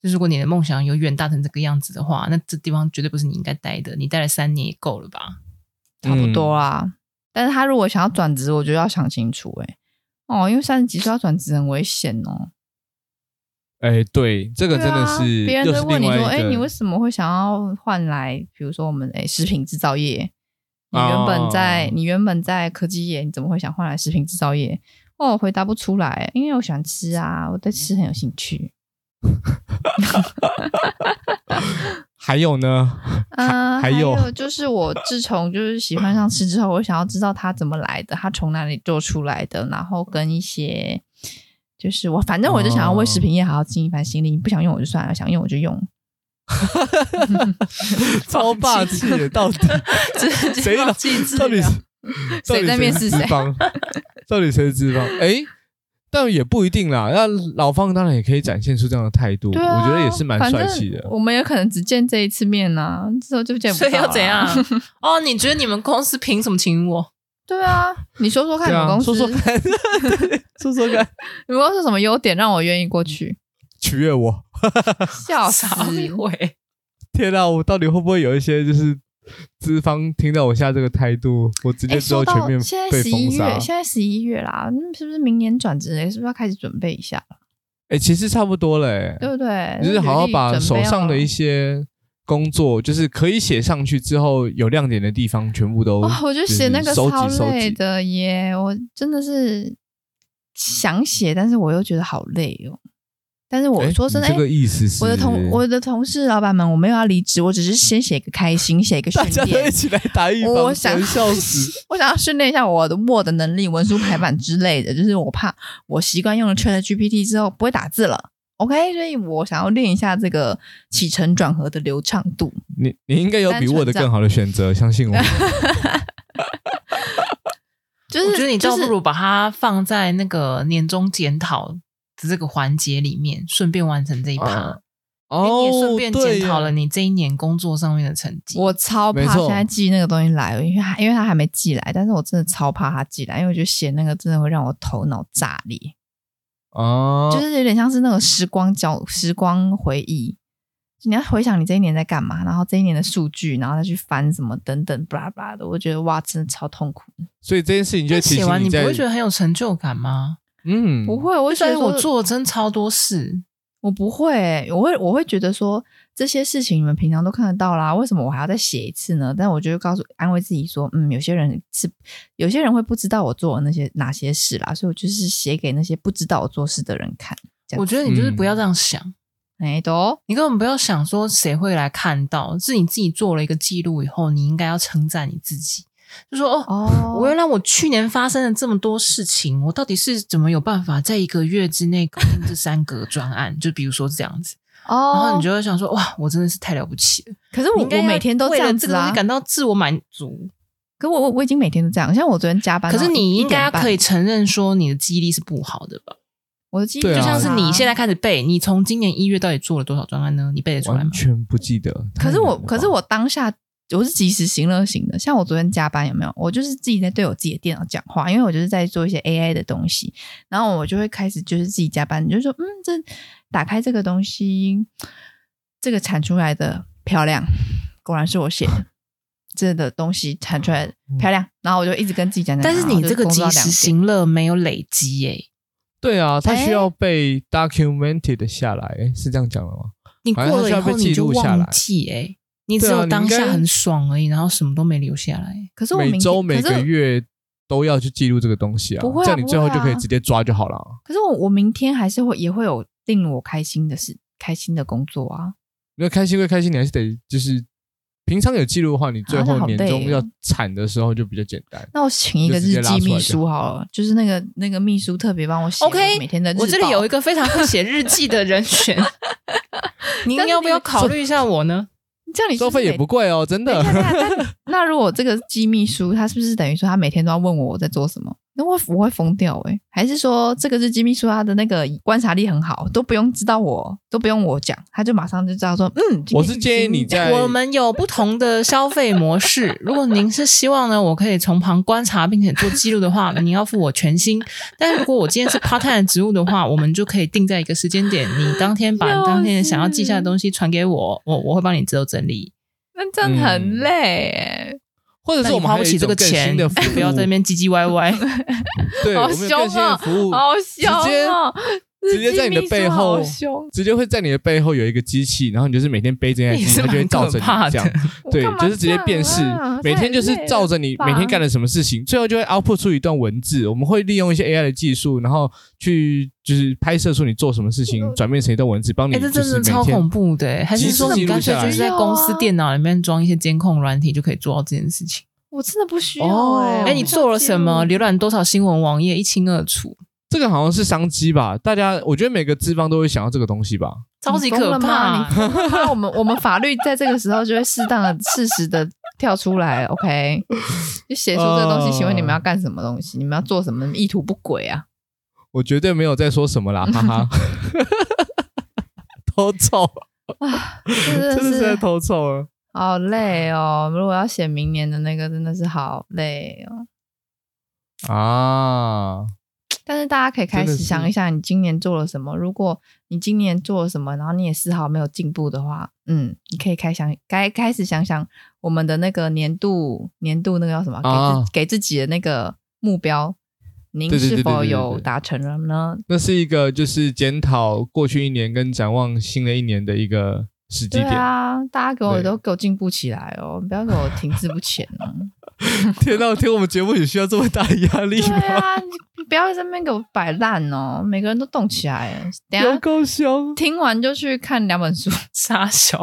B: 就如果你的梦想有远大成这个样子的话，那这地方绝对不是你应该待的。你待了三年也够了吧？
C: 差不多
A: 嗯
C: 啦。但是他如果想要转职，我觉得要想清楚、欸，哦，因为三十几岁要转职很危险哦。
A: 哎，对，这个真的是
C: 对啊别人
A: 又
C: 都
A: 是
C: 会问你
A: 另外
C: 说，
A: 一
C: 哎、
A: 个
C: 你为什么会想要换来，比如说我们哎、食品制造业？你原本在、
A: 哦
C: 你原本在科技业，你怎么会想换来食品制造业？哦，我回答不出来，因为我喜欢吃啊，我对吃很有兴趣。
A: 还有呢？
C: 嗯，
A: 还
C: 还
A: 有
C: 就是我自从就是喜欢上吃之后，我想要知道它怎么来的，它从哪里做出来的，然后跟一些就是我反正我就想要为
A: 哦
C: 食品业好好尽一番心力，你不想用我就算了，想用我就用。
A: 超霸气的，到底谁老
C: 放弃治疗
A: 到底 是到底
C: 谁在面试谁
A: 资方？到底谁是资方？哎，但也不一定啦。那老方当然也可以展现出这样的态度，
C: 对、啊，
A: 我觉得也是蛮
C: 反
A: 帅
C: 正
A: 气的。
C: 我们有可能只见这一次面呐、之后就见不
B: 所
C: 到。
B: 以要怎样？？ 哦，你觉得你们公司凭什么请我？
C: 对啊，你说说看，
A: 对
C: 你们
A: 啊，
C: 公司、
A: 说说看， 说说看，
C: 你们公司有什么优点让我愿意过去？
A: 取悦我。
C: 笑死！
B: 少一回，
A: 天啊，我到底会不会有一些就是资方听到我现在这个态度，我直接
C: 哎，
A: 之后
C: 说到
A: 全面
C: 现在
A: 被
C: 十一
A: 封杀
C: 月，？现在十一月啦，那是不是明年转职？是不是要开始准备一下了？
A: 哎、其实差不多了、欸，
C: 对不对？
A: 就是好好把手上的一
C: 些。
A: 些工作，就是可以写上去之后有亮点的地方，全部都
C: 哦哦，我觉
A: 就
C: 得
A: 是
C: 写那个
A: 收
C: 超
A: 集收
C: 累
A: 集。
C: 的耶，我真的是想写，但是我又觉得好累哦。但是我
A: 诶
C: 说真的，
A: 哎你这个
C: 诶
A: 意思是
C: 我的同我的同事老板们，我没有要离职，我只是先写个开心，写一个训
A: 大家都一
C: 练。
A: 起来打预防
C: 我
A: 针
C: 想
A: 笑 死。
C: 我想要训练一下我的 Word 能力、文书排版之类的， 就是我怕我习惯
B: 嗯
C: 用了 Chat GPT 之后不会打字了。OK，所以我想要练一下这个起承转合的流畅度。
A: 你你应该有比我的更好的选择，相 信我。
C: 就是
B: 我觉得你
C: 就
B: 倒
C: 是
B: 不如把它放在那个年终检讨的这个环节里面，顺便完成这一趴
A: 啊。哦
B: 你也顺便
A: 对
B: 检
A: 耶
B: 讨了你这一年工作上面的成绩。
C: 我超
A: 没
C: 怕
A: 错
C: 现在寄那个东西来，因为他因为他还没寄来，但是我真的超怕他寄来，因为我觉得写那个真的会让我头脑炸裂，
A: 哦，
C: 就是有点像是那个时光胶、时光回忆。你要回想你这一年在干嘛，然后这一年的数据，然后再去翻什么等等，巴拉巴拉的，我觉得哇，真的超痛苦。
A: 所以这件事情就会
B: 但
A: 提
B: 写完
A: 醒
B: 你不
A: 在
B: 会觉得很有成就感吗？
A: 嗯
C: 不会，我
B: 虽
C: 觉
B: 然
C: 得
B: 我做真超多事，
C: 我不会欸、我会我会觉得说这些事情你们平常都看得到啦，为什么我还要再写一次呢？但我就会告诉安慰自己说，嗯，有些人是有些人会不知道我做了那些哪些事啦，所以我就是写给那些不知道我做事的人看。这样
B: 我
C: 子
B: 觉得你就是不
A: 嗯
B: 要这样想。
C: 哎，都
B: 你根本不要想说谁会来看到，是你自己做了一个记录以后，你应该要称赞你自己，就说哦，
C: 哦，
B: 我原来我去年发生了这么多事情，我到底是怎么有办法在一个月之内搞定这三个专案？就比如说这样子，然后
C: 哦
B: 你，就会想说哇，我真的是太了不起了，
C: 可是
B: 你
C: 我
B: 应该
C: 我每天都
B: 为
C: 这
B: 了
C: 样
B: 这
C: 子
B: 个东
C: 啊
B: 西，感到自我满足。
C: 可我我我已经每天都这样，像我昨天加班
B: 可
C: 到一，
B: 是你应该
C: 1:30
B: 可以，承认说你的记忆力是不好的吧？
C: 我的记忆
A: 对
B: 就
A: 啊
B: 像是你现在开始背，你从今年一月到底做了多少专案呢？你背得出来吗
A: 完？全不记得。
C: 可是
A: 太难
C: 我
A: 了吧
C: 可是我当下我是及时行乐型的，像我昨天加班有没有？我就是自己在对我自己的电脑讲话，因为我就是在做一些 AI 的东西，然后我就会开始就是自己加班，你就说嗯，这打开这个东西，这个产出来的漂亮，果然是我 写的。这的东西产出来的漂亮，然后我就一直跟自己讲
B: 嗯
C: 讲。
B: 但是你这个及
C: 及
B: 时，行乐没有累积耶、
A: 对啊，它
C: 哎
A: 需要被 documented 下来，诶是这样讲的吗？
B: 你过
A: 反正
B: 了
A: 它需
B: 以
A: 要
B: 后
A: 被
B: 你
A: 记
B: 就
A: 录下
B: 忘
A: 来
B: 记哎、你只
A: 对啊
B: 有
A: 你
B: 当
A: 应该
B: 下很爽而已，然后什么都没留下来。
C: 可是我明
A: 每
C: 天
A: 周每
C: 可是
A: 个月都要去记录这个东西啊，
C: 不会啊
A: 这样你最后
C: 不会
A: 就
C: 啊
A: 可以直接抓就好了啊。
C: 可是我我明天还是会也会有令我开心的事，开心的工作啊。
A: 那开心归开心，你还是得就是平常有记录的话，你最
C: 啊那
A: 后
C: 好
A: 年
C: 累
A: 终
C: 哦
A: 要产的时候就比较简单。
C: 那我请一个日记秘书好了，就是那个那个秘书特别帮我写
B: OK，
C: 每天的日报。
B: 我这里有一个非常会写日记的人 选，您
C: 但是
B: 要不要
C: 你
B: 考虑一下我呢？
C: 这样你是
A: 收
C: 不
A: 费
C: 是
A: 也
C: 每
A: 不。贵哦，真
C: 等一 下
A: 的。
C: 等一下 但那如果这个机秘书，他是不是等于说他每天都要问我我在做什么？那我我会疯掉诶、还是说这个日记秘书他的那个观察力很好，都不用知道我，都不用我讲，他就马上就知道说，嗯，今天
A: 我是建议你 在
B: 我们有不同的消费模式， 如果您是希望呢，我可以从旁观察并且做记录的话，您要付我全薪； 但是如果我今天是 part time 的职务的话，我们就可以定在一个时间点，你当天把
C: 笑
B: 当天想要
C: 死
B: 记下的东西传给我，我我会帮你自由整理。
C: 那这样很累、欸，
A: 或者
B: 那
A: 是我
B: 你
A: 们
B: 花
A: 还
B: 不
A: 有一
B: 起这
A: 种
B: 个
A: 更新
B: 钱，
A: 的服务，
B: 不要在那边唧唧 歪歪。
A: 对，我
C: 好
A: 们有更新
C: 凶
A: 的
C: 啊
A: 服务，
C: 好凶哦、
A: 直嗯接
C: 日记
A: 在你的
C: 秘书
A: 背
C: 好
A: 后
C: 凶，
A: 直接会在你的背后有一个机器，然后你就是每天背 这台机
B: 也
A: 器，
B: 是
A: 它就会
B: 蛮
A: 照着
B: 可怕
A: 你这样
B: 的。。
A: 对
C: 我干，嘛
A: 就是直接辨识
C: 这样啊，
A: 每天就是照着你
C: 太累了吧
A: 每天干了什么事情，最后就会 output 出一段文字。我们会利用一些 AI 的技术，然后去就是拍摄出你做什么事情，转变成一段文字，帮你
B: 哎，
A: 就
B: 这真
A: 是
B: 的
A: 每
B: 超
A: 天
B: 恐。怖的欸！还
A: 及
B: 是
A: 时
B: 说
A: 记
B: 你
A: 录
B: 干脆
A: 下
B: 就
A: 来
B: 是在公司电脑里面装一些监控软体就可以做到这件事情？
C: 我真的不需要
B: 哦
C: 哎、，
B: 哎，你做了什么？浏览多少新闻网页，一清二楚，
A: 这个好像是商机吧？大家，我觉得每个资方都会想要这个东西吧。
B: 超级可怕
C: 你。疯了吗！你疯了吗我们我们法律在这个时候就会适当的、适时的跳出来，OK？就写出这个东西，
A: 哦
C: 请问你们要干什么东西？你们要做什么？意图不轨啊！
A: 我绝对没有在说什 么啦，哈哈， 偷臭，
C: 真
A: 真
C: 的
A: 的是在
C: 是
A: 偷臭啊！
C: 好累哦！如果要写明年的那个，真的是好累哦。
A: 啊，
C: 但是大家可以开
A: 真
C: 始
A: 的是
C: 想一想，你今年做了什么？如果你今年做了什么，然后你也丝毫没有进步的话，嗯，你可以开想该开始想想我们的那个年度年度那个叫什么，给自、
A: 啊
C: 给自己的那个目标，您
A: 对对对
C: 是否
A: 对对对
C: 有
A: 对
C: 达成了呢？
A: 那是一个就是检讨过去一年跟展望新的一年的一个时机
C: 对
A: 点。
C: 啊，大家给我
A: 对
C: 都给我进步起来哦，不要 给我停滞不前哦。
A: 天哪，听我们节目也需要这么大的压力
C: 对
A: 吗？
C: 啊，你不要在那边给我摆烂哦！每个人都动起来了，
B: 啊
C: 等一
A: 有
C: 下，
A: 够凶
C: 听完就去看两本书，
B: 傻小，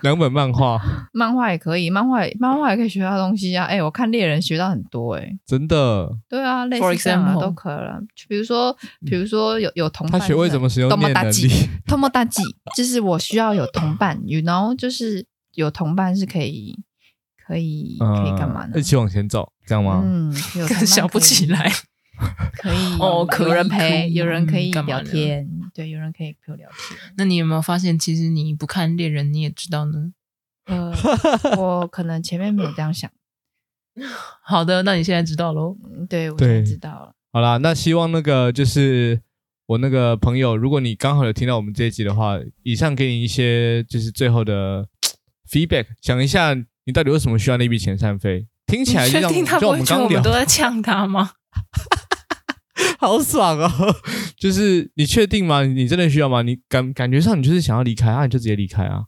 A: 两本漫画
C: 漫画也可以，漫画也漫画也可以学到东西啊！哎、我看猎人学到很多哎、
A: 真的，
C: 对啊，类
B: For
C: 似这样啊
B: example
C: 都可以了。比如说，
B: 嗯
C: 比如说有有同
A: 他
C: 伴，
A: 学会怎么使用
C: 多么
A: 念
C: 大
A: 能
C: 忌
A: 力，
C: 多么大忌，就是我需要有同 伴，you know，就是有同伴是可以可以可以干嘛
A: 嗯
C: 呢
A: 一？起往前走，这样吗？
C: 嗯，有
B: 更
C: 同伴
B: 想不
C: 可以
B: 起来。
C: 可以
B: 哦可
C: 有人
B: 以可
C: 陪，
B: 以
C: 有人可
B: 嗯
C: 以
B: 干嘛
C: 聊
B: 呢
C: 天，对，有人可以陪我聊天。
B: 那你有没有发现，其实你不看猎人，你也知道呢？
C: 呃，我可能前面没有这样想，
B: 好的，那你现在知道喽。
C: 嗯对我现在
A: 对
C: 知道了。
A: 好啦，那希望那个就是我那个朋友，如果你刚好有听到我们这一集的话，以上给你一些就是最后的 feedback，想一下你到底为什么需要那笔遣散费？听起来就
B: 确
A: 像
B: 定他
A: 就
B: 不
A: 我
B: 会
A: 们
B: 觉得
A: 刚
B: 我
A: 聊
B: 们都在呛他吗？
A: 好爽哦！就是你确定吗？你真的需要吗？你感感觉上你就是想要离开啊，你就直接离开啊。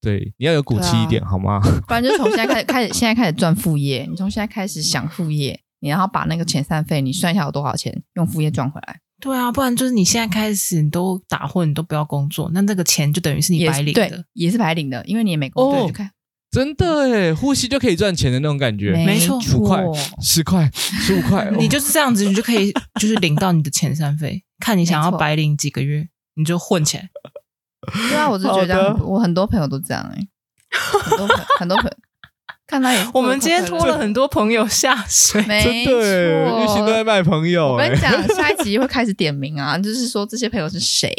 A: 对，你要有骨气一
B: 啊
A: 点、好吗？
C: 不然就从现在开始开始，现在开始赚副业。你从现在开始想副业，你然后把那个遣散费，你算一下有多少钱，用副业赚回来，
B: 对啊，不然就是你现在开始你都打混，你都不要工作，那那个钱就等于是你
C: 也
B: 白
C: 是
B: 领
C: 对
B: 的。，
C: 也是白领的，因为你也没工作，
A: 哦
C: 你就看
A: 真的诶，呼吸就可以赚钱的那种感觉，
B: 没错
A: 五块、十块、十五块，
B: 你
A: 哦
B: 就是这样子，你就可以就是领到你的遣散 费，看你想要
C: 没错
B: 白领几个月，你就混起来。
C: 对啊，我就觉得这
A: 好
C: 样，
A: 的
C: 我很多朋友都这样哎、很多朋友很多朋友，看他也
B: 我们今天拖了很多朋友下水。
C: 没
A: 真的诶，
C: 错，
A: 玉鑫都在卖朋友欸
C: 我跟
A: 诶
C: 你。讲， 下一集会开始点名啊，就是说这些朋友是谁，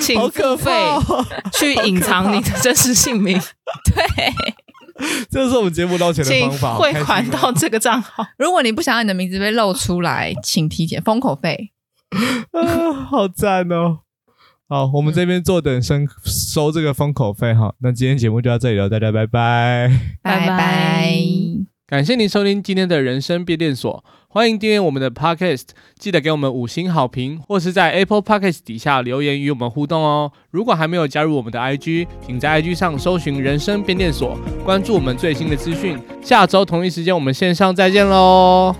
B: 请
A: 好可
B: 付费
A: 怕、哦！
B: 去隐藏你的真实姓名，
A: 这是我们节目捞钱的
B: 请
A: 方法。
B: 汇
A: 开心
B: 款
A: 吗
B: 到这个账号。
C: 如果你不想要你的名字被露出来，请提前封口费。
A: 啊，好赞哦！好，我
B: 嗯
A: 们这边坐等收收这个封口费哈。那今天节目就到这里了，大家拜拜。
B: 拜
C: 拜拜
A: 感谢您收听今天的人生变电所，欢迎订阅我们的 Podcast，记得给我们五星好评，或是在 Apple Podcast 底下留言与我们互动哦。如果还没有加入我们的 IG，请在 IG 上搜寻“人生变电所”，关注我们最新的资讯。下周同一时间我们线上再见喽！